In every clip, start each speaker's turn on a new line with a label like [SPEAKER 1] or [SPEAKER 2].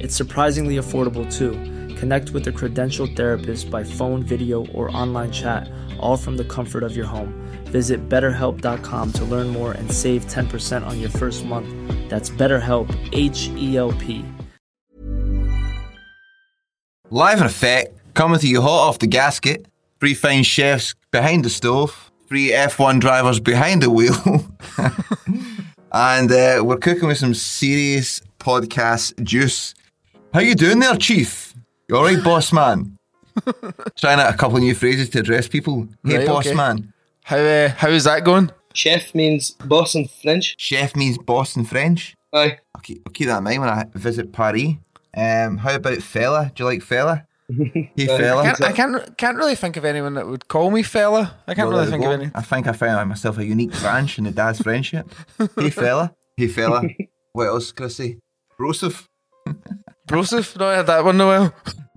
[SPEAKER 1] It's surprisingly affordable too. Connect with a credentialed therapist by phone, video, or online chat, all from the comfort of your home. Visit betterhelp.com to learn more and save 10% on your first month. That's BetterHelp, H E L P.
[SPEAKER 2] Live in effect, coming to you hot off the gasket. Three fine chefs behind the stove, three F1 drivers behind the wheel. and uh, we're cooking with some serious podcast juice. How you doing there, Chief? You all right, boss man? Trying out a couple of new phrases to address people. Hey,
[SPEAKER 3] Right,
[SPEAKER 2] boss
[SPEAKER 3] okay.
[SPEAKER 2] man.
[SPEAKER 3] How uh, how is that going?
[SPEAKER 4] Chef means boss in French.
[SPEAKER 2] Chef means boss in French.
[SPEAKER 4] Aye.
[SPEAKER 2] I'll keep, I'll keep that in mind when I visit Paris. Um, how about fella? Do you like fella? Hey, fella.
[SPEAKER 3] I can't, I can't can't really think of anyone that would call me fella. I can't
[SPEAKER 2] Well,
[SPEAKER 3] really
[SPEAKER 2] there
[SPEAKER 3] think
[SPEAKER 2] we
[SPEAKER 3] of
[SPEAKER 2] go.
[SPEAKER 3] any.
[SPEAKER 2] I think I found myself a unique branch in the dad's friendship. hey fella, hey fella. What else can I say? Broseph,
[SPEAKER 3] Broseph? No, I had that one in a while.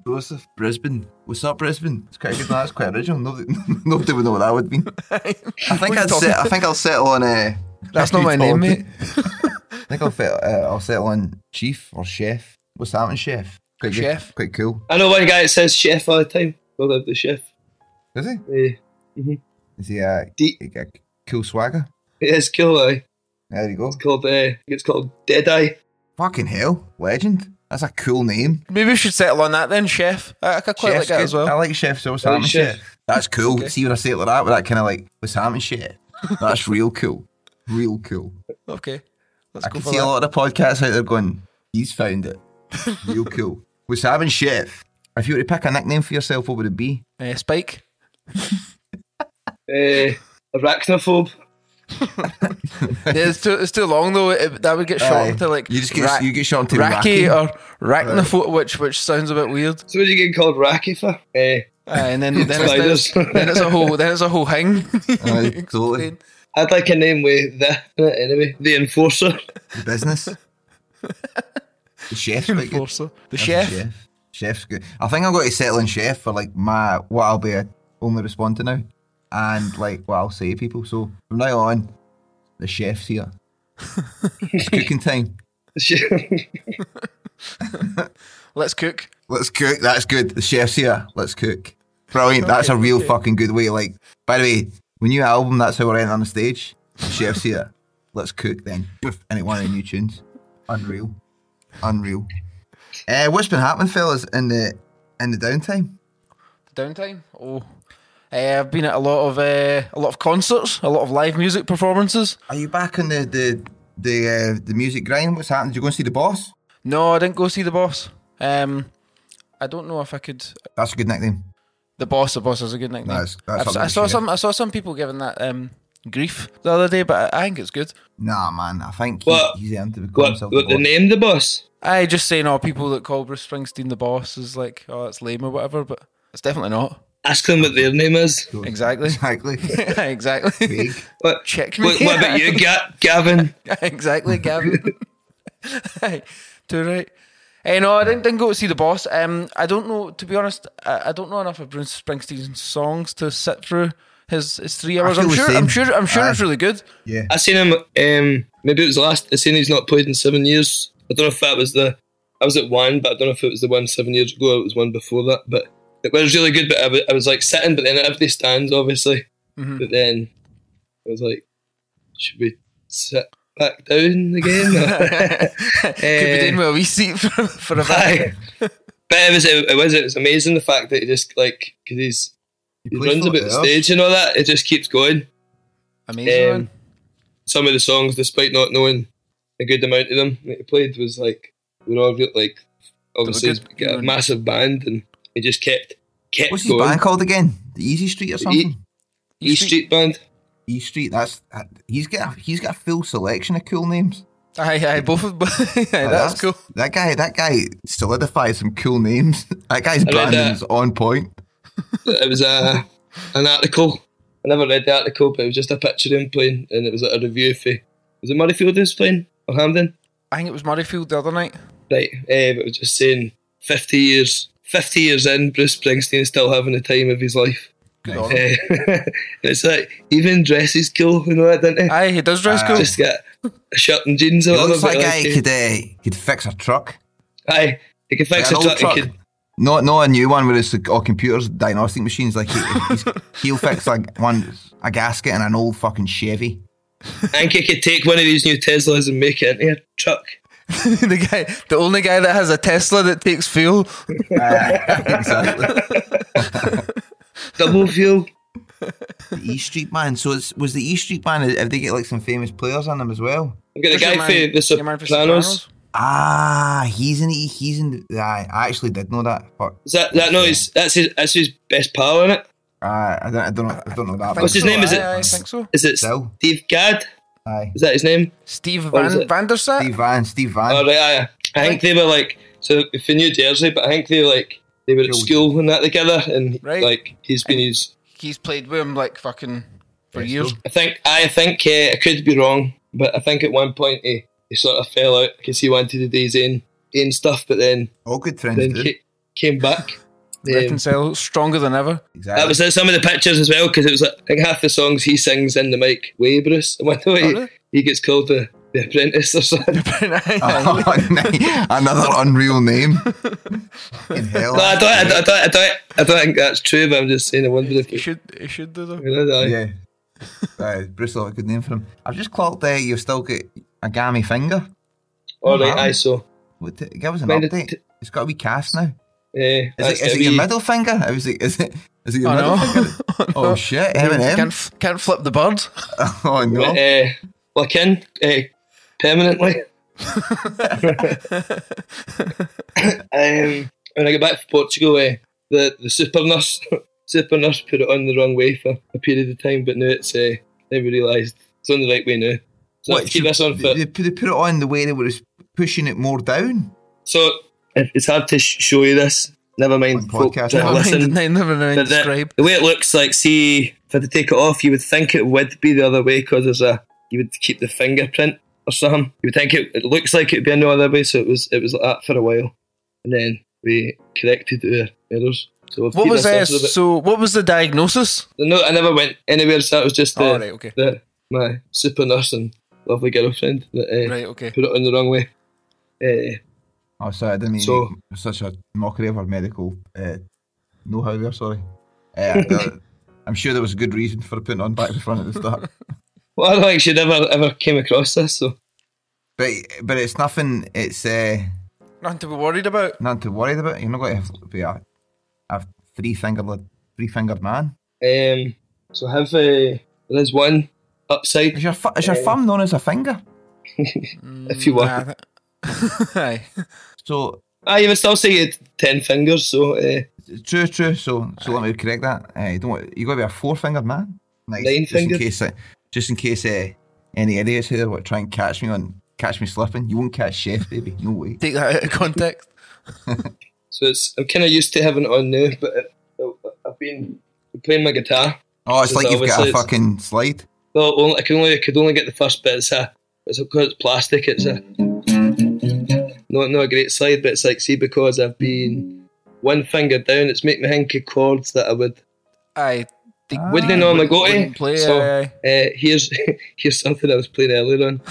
[SPEAKER 2] Broseph, Brisbane. What's up, Brisbane? It's quite a good. no, That's quite original. Nobody, nobody would know what that would mean. I think I'd set, I think I'll settle on uh,
[SPEAKER 3] That's not my name, mate.
[SPEAKER 2] I think I'll, fit, uh, I'll settle on chief or chef. What's happening, chef? Quite good,
[SPEAKER 3] Chef.
[SPEAKER 2] Quite cool.
[SPEAKER 4] I know one guy that says chef all the time. Well, the chef.
[SPEAKER 2] Is he?
[SPEAKER 4] Eh,
[SPEAKER 2] Is he a,
[SPEAKER 4] D-
[SPEAKER 2] a cool swagger?
[SPEAKER 4] it is cool. Aye.
[SPEAKER 2] There you go.
[SPEAKER 4] It's called. Uh, I think it's called Deadeye.
[SPEAKER 2] Fucking hell, legend. That's a cool name.
[SPEAKER 3] Maybe we should settle on that then, chef. I, I could quite like
[SPEAKER 2] Chef's
[SPEAKER 3] that
[SPEAKER 2] good.
[SPEAKER 3] as well.
[SPEAKER 2] I like chef sauce
[SPEAKER 4] I like
[SPEAKER 2] ham and
[SPEAKER 4] chef.
[SPEAKER 2] shit. That's cool. See when I say it like that, with that kind of like with ham and shit. That's real cool. Real cool.
[SPEAKER 3] Okay, let's
[SPEAKER 2] I
[SPEAKER 3] go
[SPEAKER 2] can
[SPEAKER 3] for
[SPEAKER 2] see
[SPEAKER 3] that.
[SPEAKER 2] a lot of podcasts out there going, he's found it. Real cool. With ham and shit. If you were to pick a nickname for yourself, what would it be?
[SPEAKER 3] Eh, Spike.
[SPEAKER 4] Uh, arachnophobe.
[SPEAKER 3] Yeah, it's too it's too long though. It, that would get
[SPEAKER 2] Aye.
[SPEAKER 3] shortened to like
[SPEAKER 2] You just get- you get shortened to
[SPEAKER 3] Racky,
[SPEAKER 2] Racky.
[SPEAKER 3] or Arachnophobe, which which sounds a bit weird.
[SPEAKER 4] So what are you getting called Racky for? Eh,
[SPEAKER 3] Aye, and then then it's, then,
[SPEAKER 4] Spiders.
[SPEAKER 3] it's, then it's a whole then it's a whole thing.
[SPEAKER 2] Aye, totally.
[SPEAKER 4] I'd like a name with the in it anyway. The enforcer.
[SPEAKER 2] The business. the chef's quite good.
[SPEAKER 3] Enforcer. The
[SPEAKER 2] That's
[SPEAKER 3] chef.
[SPEAKER 2] chef. Chef's good. I think I'm going to settle on chef for like my what I'll be a, only respond to now, and like what I'll say to people. So from now on, the chef's here. it's cooking time.
[SPEAKER 3] Let's cook.
[SPEAKER 2] Let's cook. That's good. The chef's here. Let's cook. Brilliant. That's a real fucking good way. Like, by the way, when new album, that's how we're entering the stage. The chef's here. Let's cook then. Poof, and it one of the new tunes. Unreal. Unreal. Uh, what's been happening, fellas, in the in the downtime?
[SPEAKER 3] downtime. Oh, Eh, I've been at a lot of uh, a lot of concerts, a lot of live music performances.
[SPEAKER 2] Are you back on the the the, uh, the music grind? What's happened? Did you go and see the boss?
[SPEAKER 3] No, I didn't go see the boss. Um, I don't know if I could.
[SPEAKER 2] That's a good nickname.
[SPEAKER 3] The boss, the boss is a good nickname.
[SPEAKER 2] That's- that's
[SPEAKER 3] I've-
[SPEAKER 2] something
[SPEAKER 3] I
[SPEAKER 2] to
[SPEAKER 3] saw
[SPEAKER 2] share.
[SPEAKER 3] some. I saw some people giving that um, grief the other day, but I, I think it's good.
[SPEAKER 2] Nah, man. I think he,
[SPEAKER 4] What?
[SPEAKER 2] he's earned to become
[SPEAKER 4] what?
[SPEAKER 2] himself
[SPEAKER 4] What
[SPEAKER 2] the
[SPEAKER 4] the
[SPEAKER 2] boss.
[SPEAKER 4] name the boss?
[SPEAKER 3] I just saying, all people that call Bruce Springsteen the boss is like, oh, that's lame or whatever, but it's definitely not.
[SPEAKER 4] Ask them what their name is.
[SPEAKER 3] Exactly.
[SPEAKER 2] Exactly.
[SPEAKER 3] exactly.
[SPEAKER 2] Big.
[SPEAKER 4] What?
[SPEAKER 3] Check me.
[SPEAKER 4] What, what about you, Ga- Gavin?
[SPEAKER 3] exactly, Gavin. Aye, Too right. Hey, no, I didn't, didn't go to see the boss. Um, I don't know. To be honest, I, I don't know enough of Bruce Springsteen's songs to sit through his, his three hours.
[SPEAKER 2] feel
[SPEAKER 3] I'm
[SPEAKER 2] the
[SPEAKER 3] sure,
[SPEAKER 2] same.
[SPEAKER 3] I'm sure. I'm sure. it's
[SPEAKER 2] Aye.
[SPEAKER 3] really good.
[SPEAKER 2] Yeah.
[SPEAKER 4] I seen him. Um, maybe it was last. I seen he's not played in seven years. I don't know if that was the I was at one, but I don't know if it was the one seven years ago. Or it was one before that, but it was really good. But I was, I was like sitting, but then everybody stands obviously.
[SPEAKER 3] Mm-hmm.
[SPEAKER 4] But then I was like, should we sit back down again? Eh,
[SPEAKER 3] Could be doing with a wee seat for, for a bit.
[SPEAKER 4] Aye. but it was it, was it was amazing the fact that he just like because he's he
[SPEAKER 2] plays
[SPEAKER 4] runs
[SPEAKER 2] for
[SPEAKER 4] about the
[SPEAKER 2] himself.
[SPEAKER 4] stage and all that. It just keeps going.
[SPEAKER 3] Amazing.
[SPEAKER 4] Um, some of the songs, despite not knowing a good amount of them that he played, was like we were all real- like obviously
[SPEAKER 3] good.
[SPEAKER 4] he's got a massive band, and he just kept kept
[SPEAKER 2] What's his
[SPEAKER 4] going.
[SPEAKER 2] band called again? The Easy Street or something?
[SPEAKER 4] E Street Band.
[SPEAKER 2] E Street. That's that- he's got. a- He's got a full selection of cool names.
[SPEAKER 3] aye, aye, both of aye, that's, cool.
[SPEAKER 2] That guy. That guy solidified some cool names. That guy's
[SPEAKER 4] read that.
[SPEAKER 2] branding's on point.
[SPEAKER 4] It was a an article. I never read the article, but it was just a picture of him playing, and it was like a review for was it Murrayfield who was playing or Hamden?
[SPEAKER 3] I think it was Murrayfield the other night.
[SPEAKER 4] Right, eh, but it was just saying fifty years, fifty years in, Bruce Springsteen is still having the time of his life.
[SPEAKER 3] Good on him.
[SPEAKER 4] Eh, it's like even dresses cool and all that, didn't it?
[SPEAKER 3] Aye, he does dress
[SPEAKER 2] Aye.
[SPEAKER 3] cool.
[SPEAKER 4] Just get a shirt and jeans or
[SPEAKER 2] He
[SPEAKER 4] whatever.
[SPEAKER 2] looks like
[SPEAKER 4] but
[SPEAKER 2] a guy
[SPEAKER 4] eh,
[SPEAKER 2] could uh, could fix a truck.
[SPEAKER 4] aye, he could fix
[SPEAKER 2] An
[SPEAKER 4] a
[SPEAKER 2] old
[SPEAKER 4] truck.
[SPEAKER 2] truck.
[SPEAKER 4] He could,
[SPEAKER 2] Not not a new one where it's like all computers, diagnostic machines. Like he, he's, he'll fix like one a gasket and an old fucking Chevy.
[SPEAKER 4] I think he could take one of these new Teslas and make it into a truck.
[SPEAKER 3] the guy, the only guy that has a Tesla that takes fuel.
[SPEAKER 2] exactly.
[SPEAKER 4] Double fuel.
[SPEAKER 2] The E Street Band. So it's, was the E Street Band? Have they get like some famous players on them as well?
[SPEAKER 4] I've got a
[SPEAKER 3] What's your
[SPEAKER 4] guy
[SPEAKER 3] man-
[SPEAKER 4] for the
[SPEAKER 3] your man for
[SPEAKER 4] Sopranos.
[SPEAKER 2] Ah, he's in. the- He's in. the- I I actually did know that. Fuck.
[SPEAKER 4] Is that that no? His, that's his that's his best pal in it.
[SPEAKER 2] Uh, I don't. I don't know. I don't know that.
[SPEAKER 3] I
[SPEAKER 4] What's his
[SPEAKER 3] think so,
[SPEAKER 4] name, is it?
[SPEAKER 3] aye, I think so.
[SPEAKER 4] Is it
[SPEAKER 2] Still.
[SPEAKER 4] Steve Gadd?
[SPEAKER 2] Aye.
[SPEAKER 4] Is that his name?
[SPEAKER 3] Steve
[SPEAKER 4] Or is
[SPEAKER 3] Van,
[SPEAKER 4] it-
[SPEAKER 3] Vandersat?
[SPEAKER 2] Steve Van. Steve Van.
[SPEAKER 4] Oh, right, aye. I think they were like so for New Jersey, but I think they like they were at
[SPEAKER 2] Children.
[SPEAKER 4] school and that together, and
[SPEAKER 3] Right.
[SPEAKER 4] like he's been his.
[SPEAKER 3] He's played with him like fucking for years.
[SPEAKER 4] I think I think uh, I could be wrong, but I think at one point he, he sort of fell out because he wanted to do his own, own stuff, but then
[SPEAKER 2] All good friends
[SPEAKER 4] then
[SPEAKER 2] do.
[SPEAKER 4] ca- came back. Um,
[SPEAKER 3] Reconcile stronger than ever.
[SPEAKER 2] Exactly.
[SPEAKER 4] that was in some of the pictures as well because it was like, I think half the songs he sings in the mic way Bruce. And one way
[SPEAKER 3] Oh, really?
[SPEAKER 4] he gets called the, the apprentice or something.
[SPEAKER 3] Aye.
[SPEAKER 2] Oh, no. Another unreal name. Fucking hell.
[SPEAKER 4] no, I don't, I, don't, I, don't, I, don't, I don't think that's true, but I'm just saying I wonder if
[SPEAKER 3] You
[SPEAKER 4] it,
[SPEAKER 3] should, you should do that.
[SPEAKER 4] you know, like,
[SPEAKER 2] Yeah. Uh, Bristol, a good name for him. I've just clocked there. You've still got a gammy finger.
[SPEAKER 4] All right,
[SPEAKER 2] Wow.
[SPEAKER 4] aye, so.
[SPEAKER 2] What? The, give us an
[SPEAKER 4] Mind it-
[SPEAKER 2] update. It's got a wee cast now.
[SPEAKER 4] Yeah,
[SPEAKER 2] Is it, is it your middle finger? Or Is it? Is it? Is it your
[SPEAKER 3] Oh,
[SPEAKER 2] middle
[SPEAKER 3] no.
[SPEAKER 2] finger? Oh, shit! Eminem.
[SPEAKER 3] Can't, f- can't flip the bird.
[SPEAKER 2] Oh no!
[SPEAKER 4] Uh, look in uh, permanently. um, when I got back from Portugal, uh, the the super nurse super nurse put it on the wrong way for a period of time, but now it's uh, never realised it's on the right way now. So I have to keep
[SPEAKER 2] should-
[SPEAKER 4] this on for
[SPEAKER 2] They, they put it on the way they were just pushing it more down.
[SPEAKER 4] so it- it's hard to sh- show you this. Never mind,
[SPEAKER 2] On
[SPEAKER 4] folk
[SPEAKER 2] podcast. Never
[SPEAKER 3] Never mind,
[SPEAKER 4] that listen.
[SPEAKER 3] never mind,
[SPEAKER 4] But the,
[SPEAKER 3] describe.
[SPEAKER 4] the way it looks like, see, if I had to take it off, you would think it would be the other way because there's a you would keep the fingerprint or something. You would think it, it looks like it'd be no other way, so it was it was like that for a while, and then we corrected our errors. So we've
[SPEAKER 3] What
[SPEAKER 4] beaten
[SPEAKER 3] was uh,
[SPEAKER 4] ourselves a bit.
[SPEAKER 3] so? What was the diagnosis?
[SPEAKER 4] No, I never went anywhere. So that was just the,
[SPEAKER 3] Oh, right, okay.
[SPEAKER 4] the my super nurse and lovely girlfriend that uh,
[SPEAKER 3] Right, okay.
[SPEAKER 4] put it on the wrong way. Uh,
[SPEAKER 2] Oh, sorry, I didn't mean
[SPEAKER 4] So-
[SPEAKER 2] to make such a mockery of our medical uh, know-how there. Sorry. Uh, uh, I'm sure there was a good reason for putting it on back the front at the start.
[SPEAKER 4] well, I don't think she ever ever came across this. So
[SPEAKER 2] But but it's nothing. It's uh,
[SPEAKER 3] Nothing to be worried about.
[SPEAKER 2] nothing to worry about. You're not going to have to be a, a three fingered three fingered man.
[SPEAKER 4] um, so have uh, there is one upside.
[SPEAKER 2] Is your fu- is your thumb known as a finger?
[SPEAKER 4] if you want.
[SPEAKER 3] Mm, Nah, that- Aye.
[SPEAKER 2] So
[SPEAKER 4] Ah, you would still say you had ten fingers, so uh,
[SPEAKER 2] true, true. So so let me correct that. Uh, you don't want, you got to be a four fingered man. Nice.
[SPEAKER 4] Nine
[SPEAKER 2] just in
[SPEAKER 4] fingered.
[SPEAKER 2] case, uh, just in case uh, any idiots out there want to try and catch me on catch me slipping. You won't catch Chef, baby. No way.
[SPEAKER 3] Take that out of context.
[SPEAKER 4] so it's I'm kind of used to having it on now, but it, it- I've been playing my guitar.
[SPEAKER 2] Oh, it's
[SPEAKER 4] Just
[SPEAKER 2] like you've got
[SPEAKER 4] obviously
[SPEAKER 2] a
[SPEAKER 4] it's-
[SPEAKER 2] fucking slide.
[SPEAKER 4] Well, only, I can only I could only get the first bit. It's a it's because it's plastic. It's a not not a great slide, but it's like see because I've been one finger down. It's make me think of chords that I would
[SPEAKER 3] Aye. They-
[SPEAKER 4] wouldn't normally go to.
[SPEAKER 3] Ah. wouldn't play,
[SPEAKER 4] so
[SPEAKER 3] aye,
[SPEAKER 4] uh, here's here's something I was playing earlier on.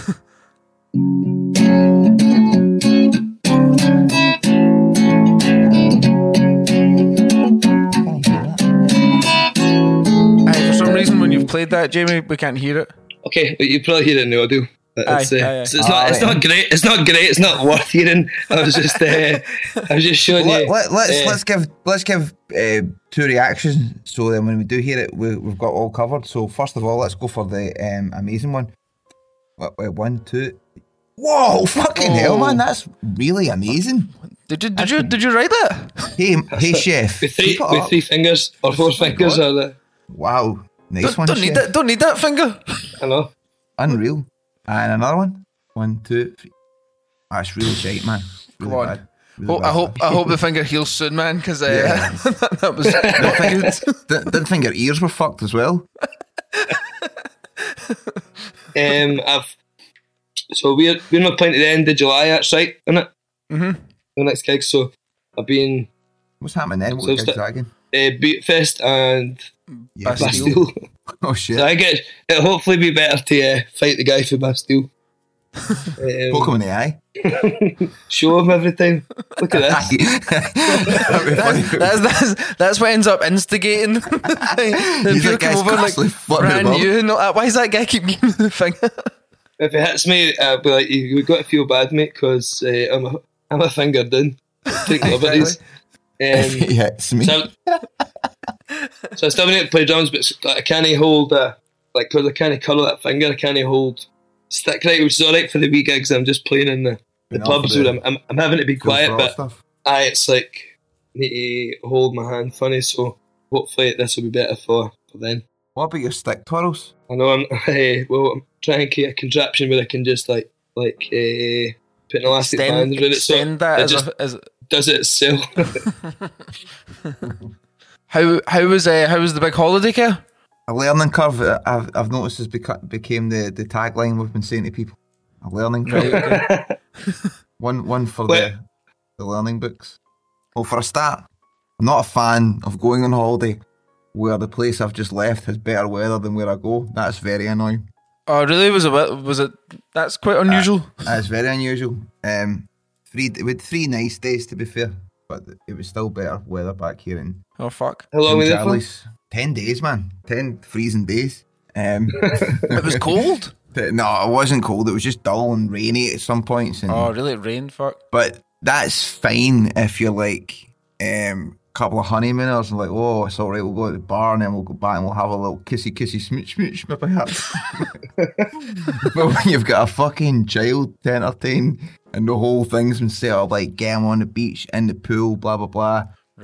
[SPEAKER 3] played that, Jamie, we can't hear it.
[SPEAKER 4] Okay, you probably hear it in the audio. It's,
[SPEAKER 3] Aye,
[SPEAKER 4] uh,
[SPEAKER 3] aye, aye.
[SPEAKER 4] It's, it's not. It's not great. It's not great. It's not worth hearing. I was just. Uh, I was just showing
[SPEAKER 2] Let,
[SPEAKER 4] you.
[SPEAKER 2] let, let's
[SPEAKER 4] uh,
[SPEAKER 2] let's give let's give uh, two reactions. So then, when we do hear it, we, we've got all covered. So first of all, let's go for the um, amazing one. Wait, wait, one, two. Whoa! Fucking hell, man! That's really amazing.
[SPEAKER 3] Did you did you did you write that?
[SPEAKER 2] Hey, hey, chef.
[SPEAKER 4] with three
[SPEAKER 2] keep it
[SPEAKER 4] with
[SPEAKER 2] up.
[SPEAKER 4] three fingers or four fingers or the.
[SPEAKER 2] Wow, nice
[SPEAKER 3] Don't,
[SPEAKER 2] one.
[SPEAKER 3] don't
[SPEAKER 2] chef.
[SPEAKER 3] need that. Don't need that finger.
[SPEAKER 4] I know.
[SPEAKER 2] Unreal. And another one. One, two, three. That's really shite, man. Really
[SPEAKER 3] Come on.
[SPEAKER 2] bad. Really
[SPEAKER 3] Oh, I
[SPEAKER 2] bad.
[SPEAKER 3] hope I hope the finger heals soon, man. Because uh,
[SPEAKER 2] Yeah.
[SPEAKER 3] that, that was not
[SPEAKER 2] Didn't
[SPEAKER 3] good.
[SPEAKER 2] think, didn't- didn't think your ears were fucked as well.
[SPEAKER 4] Um, I've. So we're we're not playing to the end of July. That's right, isn't it?
[SPEAKER 3] Mhm.
[SPEAKER 4] The next gig. So I've been
[SPEAKER 2] What's happening then? What
[SPEAKER 4] So
[SPEAKER 2] gig's
[SPEAKER 4] sta-
[SPEAKER 2] that again?
[SPEAKER 4] uh, Beatfest and
[SPEAKER 2] Yeah.
[SPEAKER 3] Bastille.
[SPEAKER 4] Bastille.
[SPEAKER 2] Oh shit.
[SPEAKER 4] So I get it'll hopefully be better to uh, fight the guy for Bastille.
[SPEAKER 2] Poke him
[SPEAKER 4] um,
[SPEAKER 2] in the eye.
[SPEAKER 4] show him every time. Look at this.
[SPEAKER 2] That'd be funny.
[SPEAKER 3] That's, that's that's what ends up instigating the thing. The
[SPEAKER 2] He's
[SPEAKER 3] people
[SPEAKER 2] like,
[SPEAKER 3] come
[SPEAKER 2] "Guys,
[SPEAKER 3] over like
[SPEAKER 2] constantly flipping
[SPEAKER 3] brand
[SPEAKER 2] above."
[SPEAKER 3] new. And all that. Why does that guy keep giving me the finger?
[SPEAKER 4] If it hits me, I'll be like, you, you got to feel bad, mate, because uh, I'm, a, I'm a finger down. Take liberties.
[SPEAKER 2] If
[SPEAKER 4] Um,
[SPEAKER 2] he hits me.
[SPEAKER 4] so, so I still need to play drums, but s- like, I can't hold, uh, like, because I can't colour that finger, I can't hold stick right, which is alright for the wee gigs. I'm just playing in the, the
[SPEAKER 2] Enough of
[SPEAKER 4] pubs
[SPEAKER 2] the
[SPEAKER 4] where I'm, I'm, I'm having to be
[SPEAKER 2] Cool
[SPEAKER 4] quiet,
[SPEAKER 2] frog
[SPEAKER 4] but
[SPEAKER 2] stuff.
[SPEAKER 4] aye, it's like, need to hold my hand funny, so hopefully this will be better for, for then.
[SPEAKER 2] What about your stick twirls?
[SPEAKER 4] I know I'm eh, well. I'm trying to create a contraption where I can just like like uh, put an elastic band
[SPEAKER 3] Extend,
[SPEAKER 4] around it, so
[SPEAKER 3] extend that
[SPEAKER 4] it
[SPEAKER 3] as,
[SPEAKER 4] just
[SPEAKER 3] a, as
[SPEAKER 4] does it itself.
[SPEAKER 3] how how was uh, how was the big holiday care?
[SPEAKER 2] A learning curve, uh, I've, I've noticed, has beca- became the, the tagline we've been saying to people. A learning curve. One one for
[SPEAKER 4] Wait.
[SPEAKER 2] the the learning books. Well, for a start, I'm not a fan of going on holiday where the place I've just left has better weather than where I go. That's very annoying.
[SPEAKER 3] Oh, really? Was it was it? That's quite unusual.
[SPEAKER 2] That's very unusual. Um, three with three nice days to be fair, but it was still better weather back here in
[SPEAKER 3] oh fuck!
[SPEAKER 4] How long
[SPEAKER 2] in
[SPEAKER 4] was it for?
[SPEAKER 2] Jarlies. Ten days, man. Ten freezing days. Um,
[SPEAKER 3] It was cold.
[SPEAKER 2] but no, it wasn't cold. It was just dull and rainy at some points. And
[SPEAKER 3] oh, really? It rained. Fuck.
[SPEAKER 2] but that's fine if you're like um couple of honeymooners and like, oh, it's all right, we'll go to the bar and then we'll go back and we'll have a little kissy kissy smooch smooch my heart. but when you've got a fucking child to entertain and the whole thing's been set up like get him on the beach, in the pool, blah blah blah.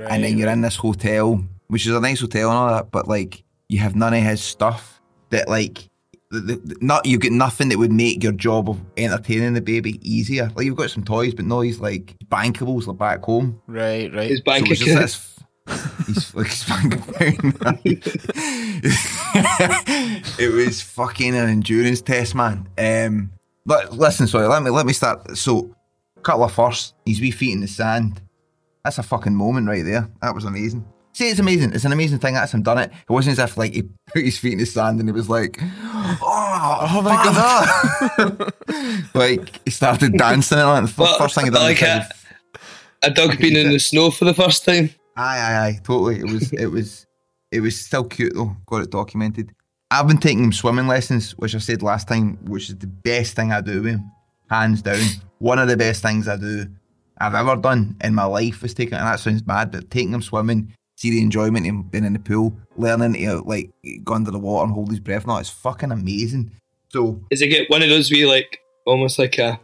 [SPEAKER 2] and then you're in this hotel, which is a nice hotel and all that, but like you have none of his stuff that like the, the, the- not you get nothing that would make your job of entertaining the baby easier. Like you've got some toys, but no, he's like bankables like back home.
[SPEAKER 3] Right, right.
[SPEAKER 4] His bank
[SPEAKER 2] So it's
[SPEAKER 4] account.
[SPEAKER 2] just this- he's like he's bankable. it was fucking an endurance test, man. Um, but listen, sorry, let me let me start. So, Cutler first, he's wee feet in the sand. That's a fucking moment right there. That was amazing. See, it's amazing. It's an amazing thing. That's him done it. It wasn't as if like he put his feet in the sand and he was like, "Oh, oh my god!" like he started dancing and all that. the f-
[SPEAKER 4] Well,
[SPEAKER 2] first thing he done.
[SPEAKER 4] I
[SPEAKER 2] was
[SPEAKER 4] like
[SPEAKER 2] like,
[SPEAKER 4] it. A dog being in the snow for the first time.
[SPEAKER 2] Aye, aye, aye. Totally. It was. it was. It was still cute though. Got it documented. I've been taking him swimming lessons, which I said last time, which is the best thing I do with him, hands down. One of the best things I do I've ever done in my life was taking. And that sounds bad, but taking him swimming, see the enjoyment in being in the pool, learning to like go under the water and hold his breath. No, it's fucking amazing. So
[SPEAKER 4] Is it get one of those wee like almost like a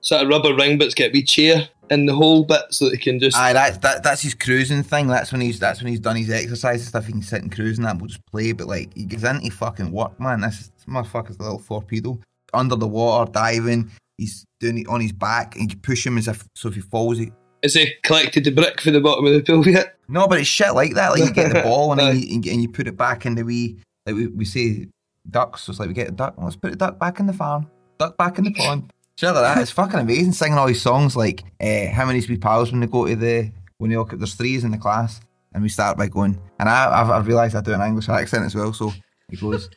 [SPEAKER 4] sort of rubber ring, but it's got a wee chair in the whole bit so that he can just.
[SPEAKER 2] Aye, that, that that's his cruising thing. That's when he's that's when he's done his exercise and stuff. He can sit and cruise and that. We'll just play, but like he gets into fucking work, man. This is- this motherfucker's a little torpedo under the water, diving. He's doing it on his back, and you push him as if so if he falls. He,
[SPEAKER 4] Has he collected the brick for the bottom of the pool yet?
[SPEAKER 2] no, but it's shit like that. Like you get the ball and,
[SPEAKER 4] Aye.
[SPEAKER 2] then you, and you put it back in the wee. Like we, we say ducks, so it's like we get a duck. Let's put a duck back in the farm. Duck back in the pond. Shit like that. It's fucking amazing singing all these songs. Like uh, him and his wee pals when they go to the when they all there's threes in the class and we start by going. And I I've, I've realised I do an English accent as well. So oh, he goes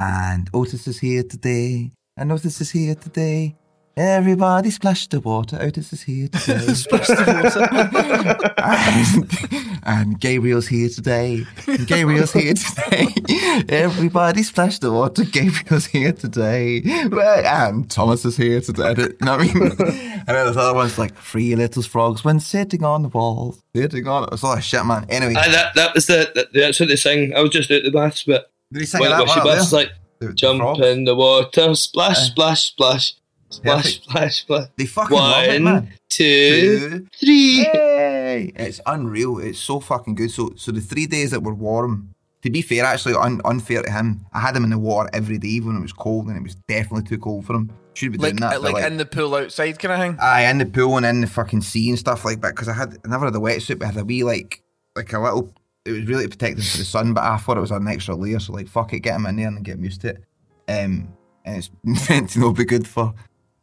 [SPEAKER 2] and Otis is here today. And Otis is here today. Everybody splash the water, Otis is here today. and, and Gabriel's here today. And Gabriel's here today. Everybody splash the water, Gabriel's here today. Well, And Thomas is here today. You know what I mean? And then there's other one's like, three little frogs when sitting on the wall. Sitting on... It's all that shit, man. Anyway,
[SPEAKER 4] Aye, that that was the, that- that's what they sing. I was just out the baths, but
[SPEAKER 2] did he sing
[SPEAKER 4] when,
[SPEAKER 2] that
[SPEAKER 4] when
[SPEAKER 2] one
[SPEAKER 4] she
[SPEAKER 2] up
[SPEAKER 4] bursts,
[SPEAKER 2] there?
[SPEAKER 4] like
[SPEAKER 2] The- the
[SPEAKER 4] jump
[SPEAKER 2] frogs? Uh,
[SPEAKER 4] in the water, splash, splash, splash, splash,
[SPEAKER 2] Perfect.
[SPEAKER 4] splash, splash.
[SPEAKER 2] They fucking love it,
[SPEAKER 4] One,
[SPEAKER 2] man.
[SPEAKER 4] two,
[SPEAKER 2] Two,
[SPEAKER 4] three.
[SPEAKER 2] Yay! It's unreal. It's so fucking good. So, so the three days that were warm. To be fair, actually, un, unfair to him, I had him in the water every day when it was cold, and it was definitely too cold for him. Should be doing
[SPEAKER 3] Like,
[SPEAKER 2] that.
[SPEAKER 3] uh,
[SPEAKER 2] but,
[SPEAKER 3] like, in the pool outside kind of thing.
[SPEAKER 2] aye, in the pool and in the fucking sea and stuff like that. Because I had I never had a wetsuit, but I had a wee like like a little. It was really to protect him from the sun, but I thought it was an extra layer. So like, fuck it, get him in there and get him used to it. Um, and it's meant to not be good for.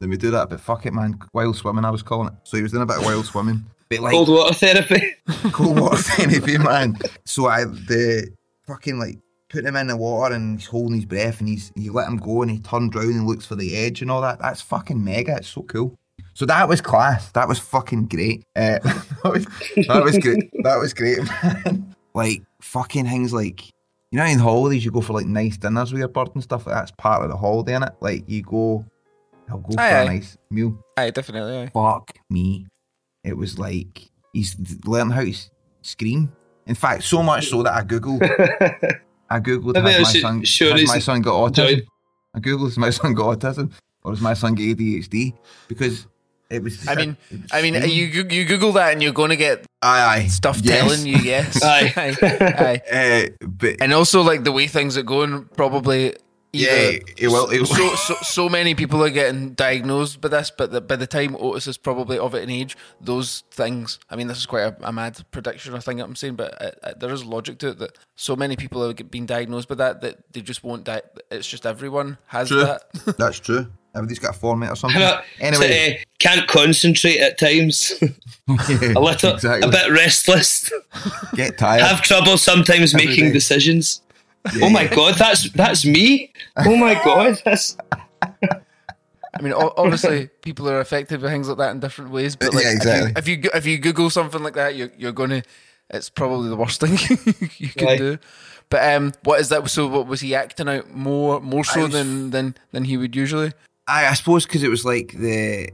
[SPEAKER 2] Then we do that, but fuck it, man. Wild swimming, I was calling it. So he was doing a bit of wild swimming. But like,
[SPEAKER 4] Cold water therapy.
[SPEAKER 2] cold water therapy, man. So I the fucking like putting him in the water and he's holding his breath and he's you let him go and he turns round and looks for the edge and all that. That's fucking mega. It's so cool. So that was class. That was fucking great. Uh, that, was, that was great. That was great, man. Like fucking things like you know in holidays you go for like nice dinners with your bird and stuff. Like that's part of the holiday, innit? Like you go, I'll go for
[SPEAKER 3] Aye, aye.
[SPEAKER 2] a nice meal
[SPEAKER 3] Aye, definitely. Aye.
[SPEAKER 2] fuck me. It was like he's learned how to s- scream. In fact, so much so that I googled. I googled
[SPEAKER 4] I
[SPEAKER 2] has
[SPEAKER 4] think I
[SPEAKER 2] my
[SPEAKER 4] should-
[SPEAKER 2] son
[SPEAKER 4] sure
[SPEAKER 2] has
[SPEAKER 4] is-
[SPEAKER 2] my son got autism.
[SPEAKER 4] Join-
[SPEAKER 2] I googled has my son got autism or has my son got ADHD because it was.
[SPEAKER 3] I mean, I mean, you Goo- you Google that and you're going to get
[SPEAKER 2] aye, aye
[SPEAKER 3] stuff
[SPEAKER 2] yes.
[SPEAKER 3] telling you yes.
[SPEAKER 4] Aye.
[SPEAKER 3] aye, aye.
[SPEAKER 2] Uh, but
[SPEAKER 3] And also like the way things are going, probably.
[SPEAKER 2] yeah,
[SPEAKER 3] either-
[SPEAKER 2] it will. It will.
[SPEAKER 3] so, so so many people are getting diagnosed with this, but the, by the time Otis is probably of an age, those things. I mean, this is quite a, a mad prediction or thing that I'm saying, but uh uh there is logic to it that so many people have been diagnosed with that that they just won't. Di- it's just everyone has
[SPEAKER 2] True.
[SPEAKER 3] that.
[SPEAKER 2] That's true. Everybody's got a format or something.
[SPEAKER 4] Cannot-
[SPEAKER 2] Anyway,
[SPEAKER 4] uh, can't concentrate at times.
[SPEAKER 3] eh,
[SPEAKER 4] a little,
[SPEAKER 2] exactly.
[SPEAKER 4] a bit restless.
[SPEAKER 2] Get tired.
[SPEAKER 4] Have trouble sometimes
[SPEAKER 2] Every
[SPEAKER 4] making
[SPEAKER 2] day.
[SPEAKER 4] decisions.
[SPEAKER 2] Yeah,
[SPEAKER 4] oh my
[SPEAKER 2] yeah.
[SPEAKER 4] god, that's that's me. Oh my god, that's
[SPEAKER 3] I mean, o- obviously, people are affected by things like that in different ways. But
[SPEAKER 2] Uh, Yeah,
[SPEAKER 3] like, if you-
[SPEAKER 2] exactly.
[SPEAKER 3] If you, go- if you Google something like that, you're you're gonna. It's probably the worst thing you can
[SPEAKER 4] Aye.
[SPEAKER 3] do. But um, what is that? So, what was he acting out more more so
[SPEAKER 2] was-
[SPEAKER 3] than than than he would usually?
[SPEAKER 2] I, I suppose because it was like the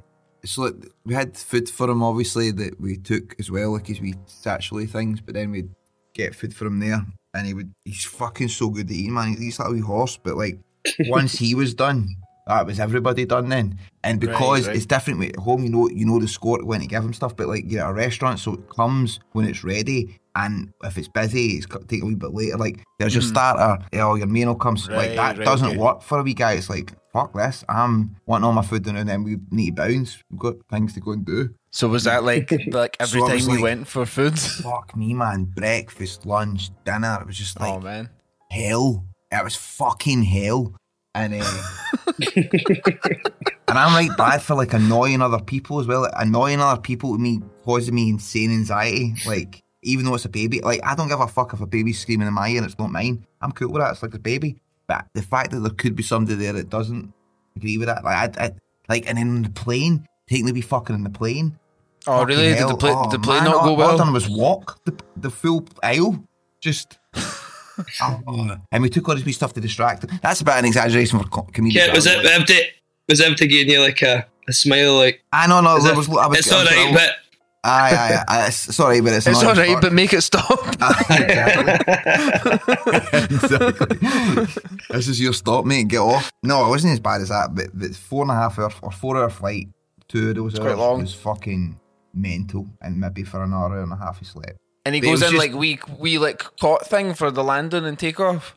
[SPEAKER 2] so like we had food for him obviously that we took as well like his wee satchel things but then we'd get food from there and he would he's fucking so good at eating man he's like a wee horse but like once he was done that was everybody done then and because
[SPEAKER 3] right.
[SPEAKER 2] it's different with- at home you know you know the score when to give him stuff but like you're at a restaurant so it comes when it's ready and if it's busy it's co- take a wee bit later like there's your starter oh your main will come so, like
[SPEAKER 3] Hmm. Right,
[SPEAKER 2] that
[SPEAKER 3] right,
[SPEAKER 2] doesn't
[SPEAKER 3] okay.
[SPEAKER 2] work for a wee guy it's like fuck this I'm wanting all my food done and then we need to bounce we've got things to go and do
[SPEAKER 3] So was that like like every
[SPEAKER 2] So I
[SPEAKER 3] time
[SPEAKER 2] was
[SPEAKER 3] you
[SPEAKER 2] like-
[SPEAKER 3] went for food?
[SPEAKER 2] fuck me man breakfast lunch dinner it was just like
[SPEAKER 3] oh man,
[SPEAKER 2] hell. It was fucking hell. And uh, and I'm right bad for like annoying other people as well. Like, annoying other people to me causing me insane anxiety. Like even though it's a baby, like I don't give a fuck if a baby's screaming in my ear and it's not mine. I'm cool with that. It's like a baby. But the fact that there could be somebody there that doesn't agree with that, like I, I like, and then on the plane, taking the wee fucking in the plane.
[SPEAKER 3] oh really?
[SPEAKER 2] Fucking
[SPEAKER 3] Did the
[SPEAKER 2] hell.
[SPEAKER 3] play
[SPEAKER 2] Oh,
[SPEAKER 3] did the play
[SPEAKER 2] man,
[SPEAKER 3] not
[SPEAKER 2] all-
[SPEAKER 3] go well?
[SPEAKER 2] All I done was walk the, the full aisle, just. Oh, and we took all this wee stuff to distract him. That's about an exaggeration for co- comedians.
[SPEAKER 4] yeah. Was it empty? Was empty giving you like a, a smile? Like
[SPEAKER 2] I know, no,
[SPEAKER 4] is
[SPEAKER 2] there
[SPEAKER 4] it-
[SPEAKER 2] was. I was
[SPEAKER 4] it's
[SPEAKER 2] I
[SPEAKER 4] all
[SPEAKER 2] was-
[SPEAKER 4] right, but
[SPEAKER 2] Aye, aye, aye, it's- sorry, but it's,
[SPEAKER 3] It's
[SPEAKER 2] not.
[SPEAKER 3] all right, but make it stop.
[SPEAKER 2] Uh, exactly. this is your stop, mate. Get off. No, it wasn't as bad as that, but the four and a half hour or four hour flight, two of those
[SPEAKER 3] quite
[SPEAKER 2] hours
[SPEAKER 3] long.
[SPEAKER 2] was fucking mental, and maybe for an hour and a half he slept.
[SPEAKER 3] and he
[SPEAKER 2] But it
[SPEAKER 3] goes
[SPEAKER 2] was
[SPEAKER 3] in
[SPEAKER 2] just-
[SPEAKER 3] like we we like caught thing for the landing and takeoff.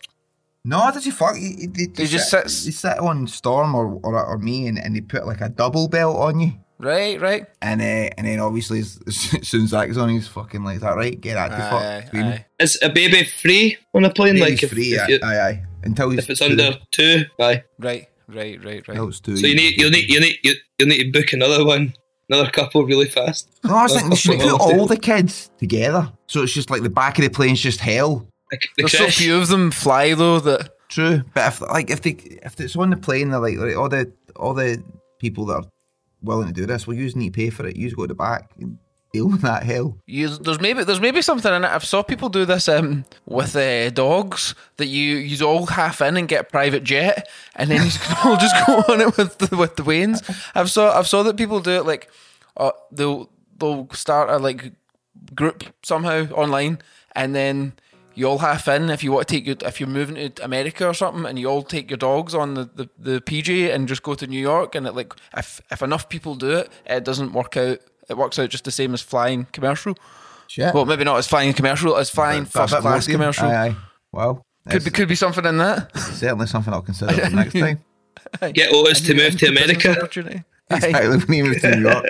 [SPEAKER 2] No, does he fuck? He, he, he,
[SPEAKER 3] He just
[SPEAKER 2] sit-
[SPEAKER 3] sits-
[SPEAKER 2] He sit on Storm or or, or me, and, and they put like a double belt on you,
[SPEAKER 3] Right, right.
[SPEAKER 2] and uh, and then obviously as, as soon as Zach's on, he's fucking like, "Is that right? Get out the fuck."
[SPEAKER 3] Aye,
[SPEAKER 2] Scream.
[SPEAKER 3] aye.
[SPEAKER 4] is a baby free on a plane?
[SPEAKER 2] Baby's
[SPEAKER 4] like if,
[SPEAKER 2] free, Uh,
[SPEAKER 4] if
[SPEAKER 2] aye,
[SPEAKER 4] you-
[SPEAKER 2] aye, aye. Until he's
[SPEAKER 4] if it's
[SPEAKER 2] two.
[SPEAKER 4] under two, aye.
[SPEAKER 3] Right, right, right, right.
[SPEAKER 2] Until it's two.
[SPEAKER 4] So you need you need you need you, you need to book another one, another couple really fast.
[SPEAKER 2] No, I was thinking they should
[SPEAKER 4] Couple
[SPEAKER 2] put
[SPEAKER 4] of
[SPEAKER 2] all
[SPEAKER 4] hours.
[SPEAKER 2] the kids together, so it's just like the back of the plane's just hell.
[SPEAKER 4] Like, the
[SPEAKER 3] There's so
[SPEAKER 4] crash.
[SPEAKER 3] few of them fly though that
[SPEAKER 2] True, but if like if they if it's on the plane, they're like, like all the all the people that are willing to do this. Well, you need to pay for it. You go to the back and deal with that hell.
[SPEAKER 3] You, there's maybe there's maybe something in it. I've saw people do this um, with uh, dogs that you you all half in and get a private jet, and then you can all just go on it with the, with the wains. I've saw I've saw that people do it like uh, they'll they'll start a like group somehow online, and then you all half in if you want to take your if you're moving to America or something, and you all take your dogs on the, the, the PJ and just go to New York, and it like if if enough people do it, it doesn't work out. It works out just the same as flying commercial.
[SPEAKER 2] Shit.
[SPEAKER 3] Well, maybe not as flying commercial, as flying
[SPEAKER 2] Got a bit
[SPEAKER 3] first
[SPEAKER 2] more
[SPEAKER 3] class
[SPEAKER 2] to you?
[SPEAKER 3] commercial.
[SPEAKER 2] Aye, aye. Well,
[SPEAKER 3] Could be could be something in that.
[SPEAKER 2] certainly something I'll consider for next time.
[SPEAKER 4] Get Otis to move to
[SPEAKER 3] Business
[SPEAKER 4] America.
[SPEAKER 3] opportunity.
[SPEAKER 2] Exactly. When he moved to New York,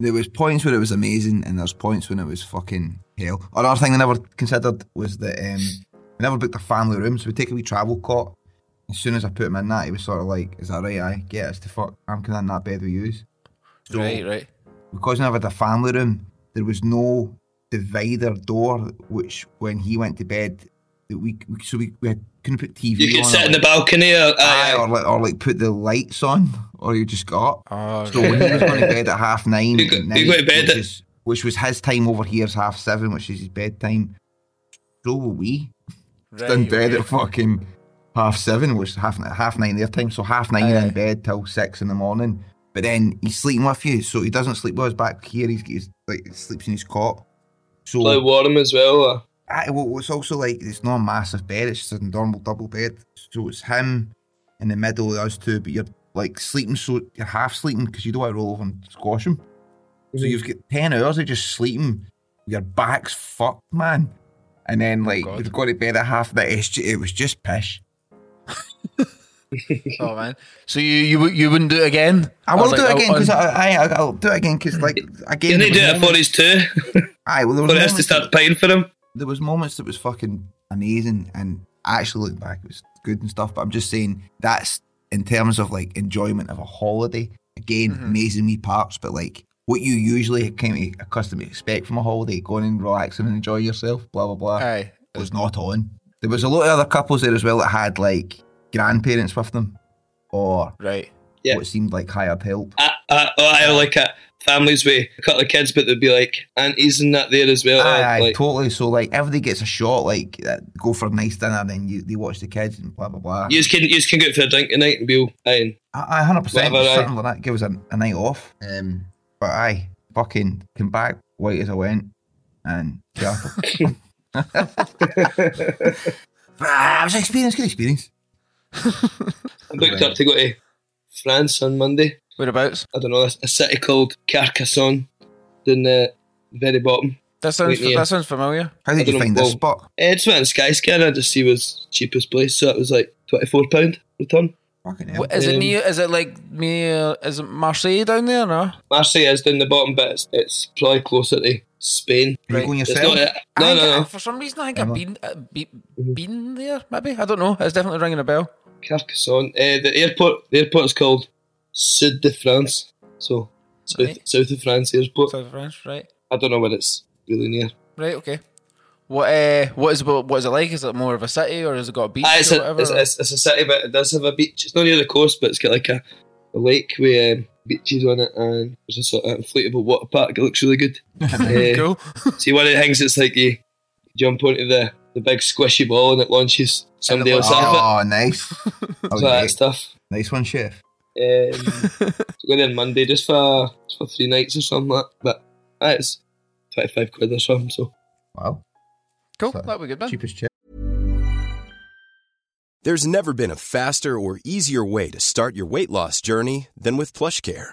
[SPEAKER 2] there was points where it was amazing, and there's points when it was fucking hell. Another thing I never considered was that um, we never booked a family room, so we take a wee travel cot. As soon as I put him in that, he was sort of like, "Is that right? I get us to fuck. I'm coming in that bed we use." So
[SPEAKER 3] Right, right.
[SPEAKER 2] because we never had a family room, there was no divider door, which when he went to bed, that we, we so we, we had, couldn't put TV.
[SPEAKER 4] You could
[SPEAKER 2] on
[SPEAKER 4] sit
[SPEAKER 2] or
[SPEAKER 4] in the
[SPEAKER 2] like-
[SPEAKER 4] balcony uh, or,
[SPEAKER 2] Aye,
[SPEAKER 4] aye,
[SPEAKER 2] or like, or like put the lights on, or you just got up.
[SPEAKER 3] Oh,
[SPEAKER 2] So when he was going to bed at half nine,
[SPEAKER 4] You go-
[SPEAKER 2] at
[SPEAKER 4] you
[SPEAKER 2] night,
[SPEAKER 4] go to bed
[SPEAKER 2] which,
[SPEAKER 4] at-
[SPEAKER 2] is, which was his time over here's half seven, which is his bedtime. So were we. Just in bed at fucking half seven, which is half half nine their time. So half nine in bed till six in the morning. But then he's sleeping with you, so he doesn't sleep with us back here. He's, he's like sleeps in his cot. So
[SPEAKER 4] like warm as well. Uh, Or,
[SPEAKER 2] Aye, well, it's also like it's not a massive bed; it's just a normal double bed. So it's him in the middle of us two, but you're like sleeping, so you're half sleeping because you don't want to roll over and squash him. So you've got ten hours of just sleeping. Your back's fucked, man. And then like
[SPEAKER 3] God.
[SPEAKER 2] we've got to bed at half that. It's ju- it was just pish.
[SPEAKER 3] Oh man. So you you wou- you wouldn't do it again?
[SPEAKER 2] I
[SPEAKER 3] Or
[SPEAKER 2] will
[SPEAKER 3] like,
[SPEAKER 2] do it again
[SPEAKER 3] on-
[SPEAKER 2] because I, I I'll do it again because like again.
[SPEAKER 4] you need to do
[SPEAKER 2] there was
[SPEAKER 4] it for
[SPEAKER 2] moments-
[SPEAKER 4] his too.
[SPEAKER 2] Aye, well there was
[SPEAKER 4] For us to
[SPEAKER 2] moments-
[SPEAKER 4] start paying for him.
[SPEAKER 2] there was moments that was fucking amazing and actually looking back it was good and stuff but i'm just saying that's in terms of like enjoyment of a holiday again
[SPEAKER 4] Mm-hmm.
[SPEAKER 2] amazing wee parts but like what you usually kind of accustomed to expect from a holiday going and relaxing and enjoy yourself blah blah blah
[SPEAKER 3] Aye.
[SPEAKER 2] was not on there was a lot of other couples there as well that had like grandparents with them or
[SPEAKER 3] Right.
[SPEAKER 4] Yeah.
[SPEAKER 2] what seemed like high up help
[SPEAKER 4] I, I, oh, I like a families with a couple of kids, but there'd be like aunties and that there as well.
[SPEAKER 2] Aye,
[SPEAKER 4] or,
[SPEAKER 2] aye,
[SPEAKER 4] Uh, like,
[SPEAKER 2] totally. So like everybody gets a shot. Like uh, go for a nice dinner, and then you, they watch the kids and blah blah blah.
[SPEAKER 4] you can you can go out for a drink tonight and be all, aye,
[SPEAKER 2] I hundred percent
[SPEAKER 4] Whatever, aye.
[SPEAKER 2] something like that. Give us a, a night off. Um, but I fucking came back white as I went, and yeah. but ah, it was an experience, good experience.
[SPEAKER 4] I'm booked up to go to France on Monday.
[SPEAKER 3] Whereabouts?
[SPEAKER 4] I don't know, a, a city called Carcassonne, down the very bottom.
[SPEAKER 3] That sounds
[SPEAKER 4] Wait, yeah.
[SPEAKER 3] that sounds familiar.
[SPEAKER 2] How did
[SPEAKER 4] I
[SPEAKER 2] you
[SPEAKER 4] dunno,
[SPEAKER 2] find this
[SPEAKER 4] well-
[SPEAKER 2] spot?
[SPEAKER 4] Eh, just went on Skyscanner I just see was cheapest place, so it was like twenty four pound return.
[SPEAKER 2] Fucking hell.
[SPEAKER 3] Wh- Is it
[SPEAKER 4] Um,
[SPEAKER 3] near? Is it like near? Is it Marseille down there? No.
[SPEAKER 4] Marseille is down the bottom, but it's, it's probably closer to Spain.
[SPEAKER 2] Are you going
[SPEAKER 4] It's
[SPEAKER 2] yourself?
[SPEAKER 4] not- uh, no,
[SPEAKER 3] I
[SPEAKER 4] no, Uh-huh.
[SPEAKER 3] think-
[SPEAKER 4] no.
[SPEAKER 3] For some reason, I think I've
[SPEAKER 2] Emma.
[SPEAKER 3] been uh, be, been there. Maybe I don't know. It's definitely ringing a bell.
[SPEAKER 4] Carcassonne. Uh, the airport. The airport is called Sud de France. So south,
[SPEAKER 3] Right.
[SPEAKER 4] south of France airport.
[SPEAKER 3] South of France, right?
[SPEAKER 4] I don't know when it's really near.
[SPEAKER 3] Right. Okay. What uh, what is what is it like? Is it more of a city or has it got a beach
[SPEAKER 4] Ah, it's,
[SPEAKER 3] or
[SPEAKER 4] a,
[SPEAKER 3] whatever?
[SPEAKER 4] it's, it's, it's a city, but it does have a beach. It's not near the coast, but it's got like a, a lake with um, beaches on it, and there's a sort of inflatable water park. It looks really good. Eh,
[SPEAKER 3] cool.
[SPEAKER 4] See, one of the things it's like you jump onto the, the big squishy ball and it launches somebody else off
[SPEAKER 2] Oh, nice.
[SPEAKER 4] it.
[SPEAKER 2] Oh,
[SPEAKER 4] So that
[SPEAKER 2] nice.
[SPEAKER 4] stuff.
[SPEAKER 2] nice one, chef.
[SPEAKER 4] Um, so go there on Monday just for just for three nights or something like that. But ah, it's 25 quid or something, so.
[SPEAKER 2] Wow,
[SPEAKER 3] Cool.
[SPEAKER 2] so-
[SPEAKER 3] That would be good, man.
[SPEAKER 2] cheapest chip.
[SPEAKER 5] There's never been a faster or easier way to start your weight loss journey than with PlushCare.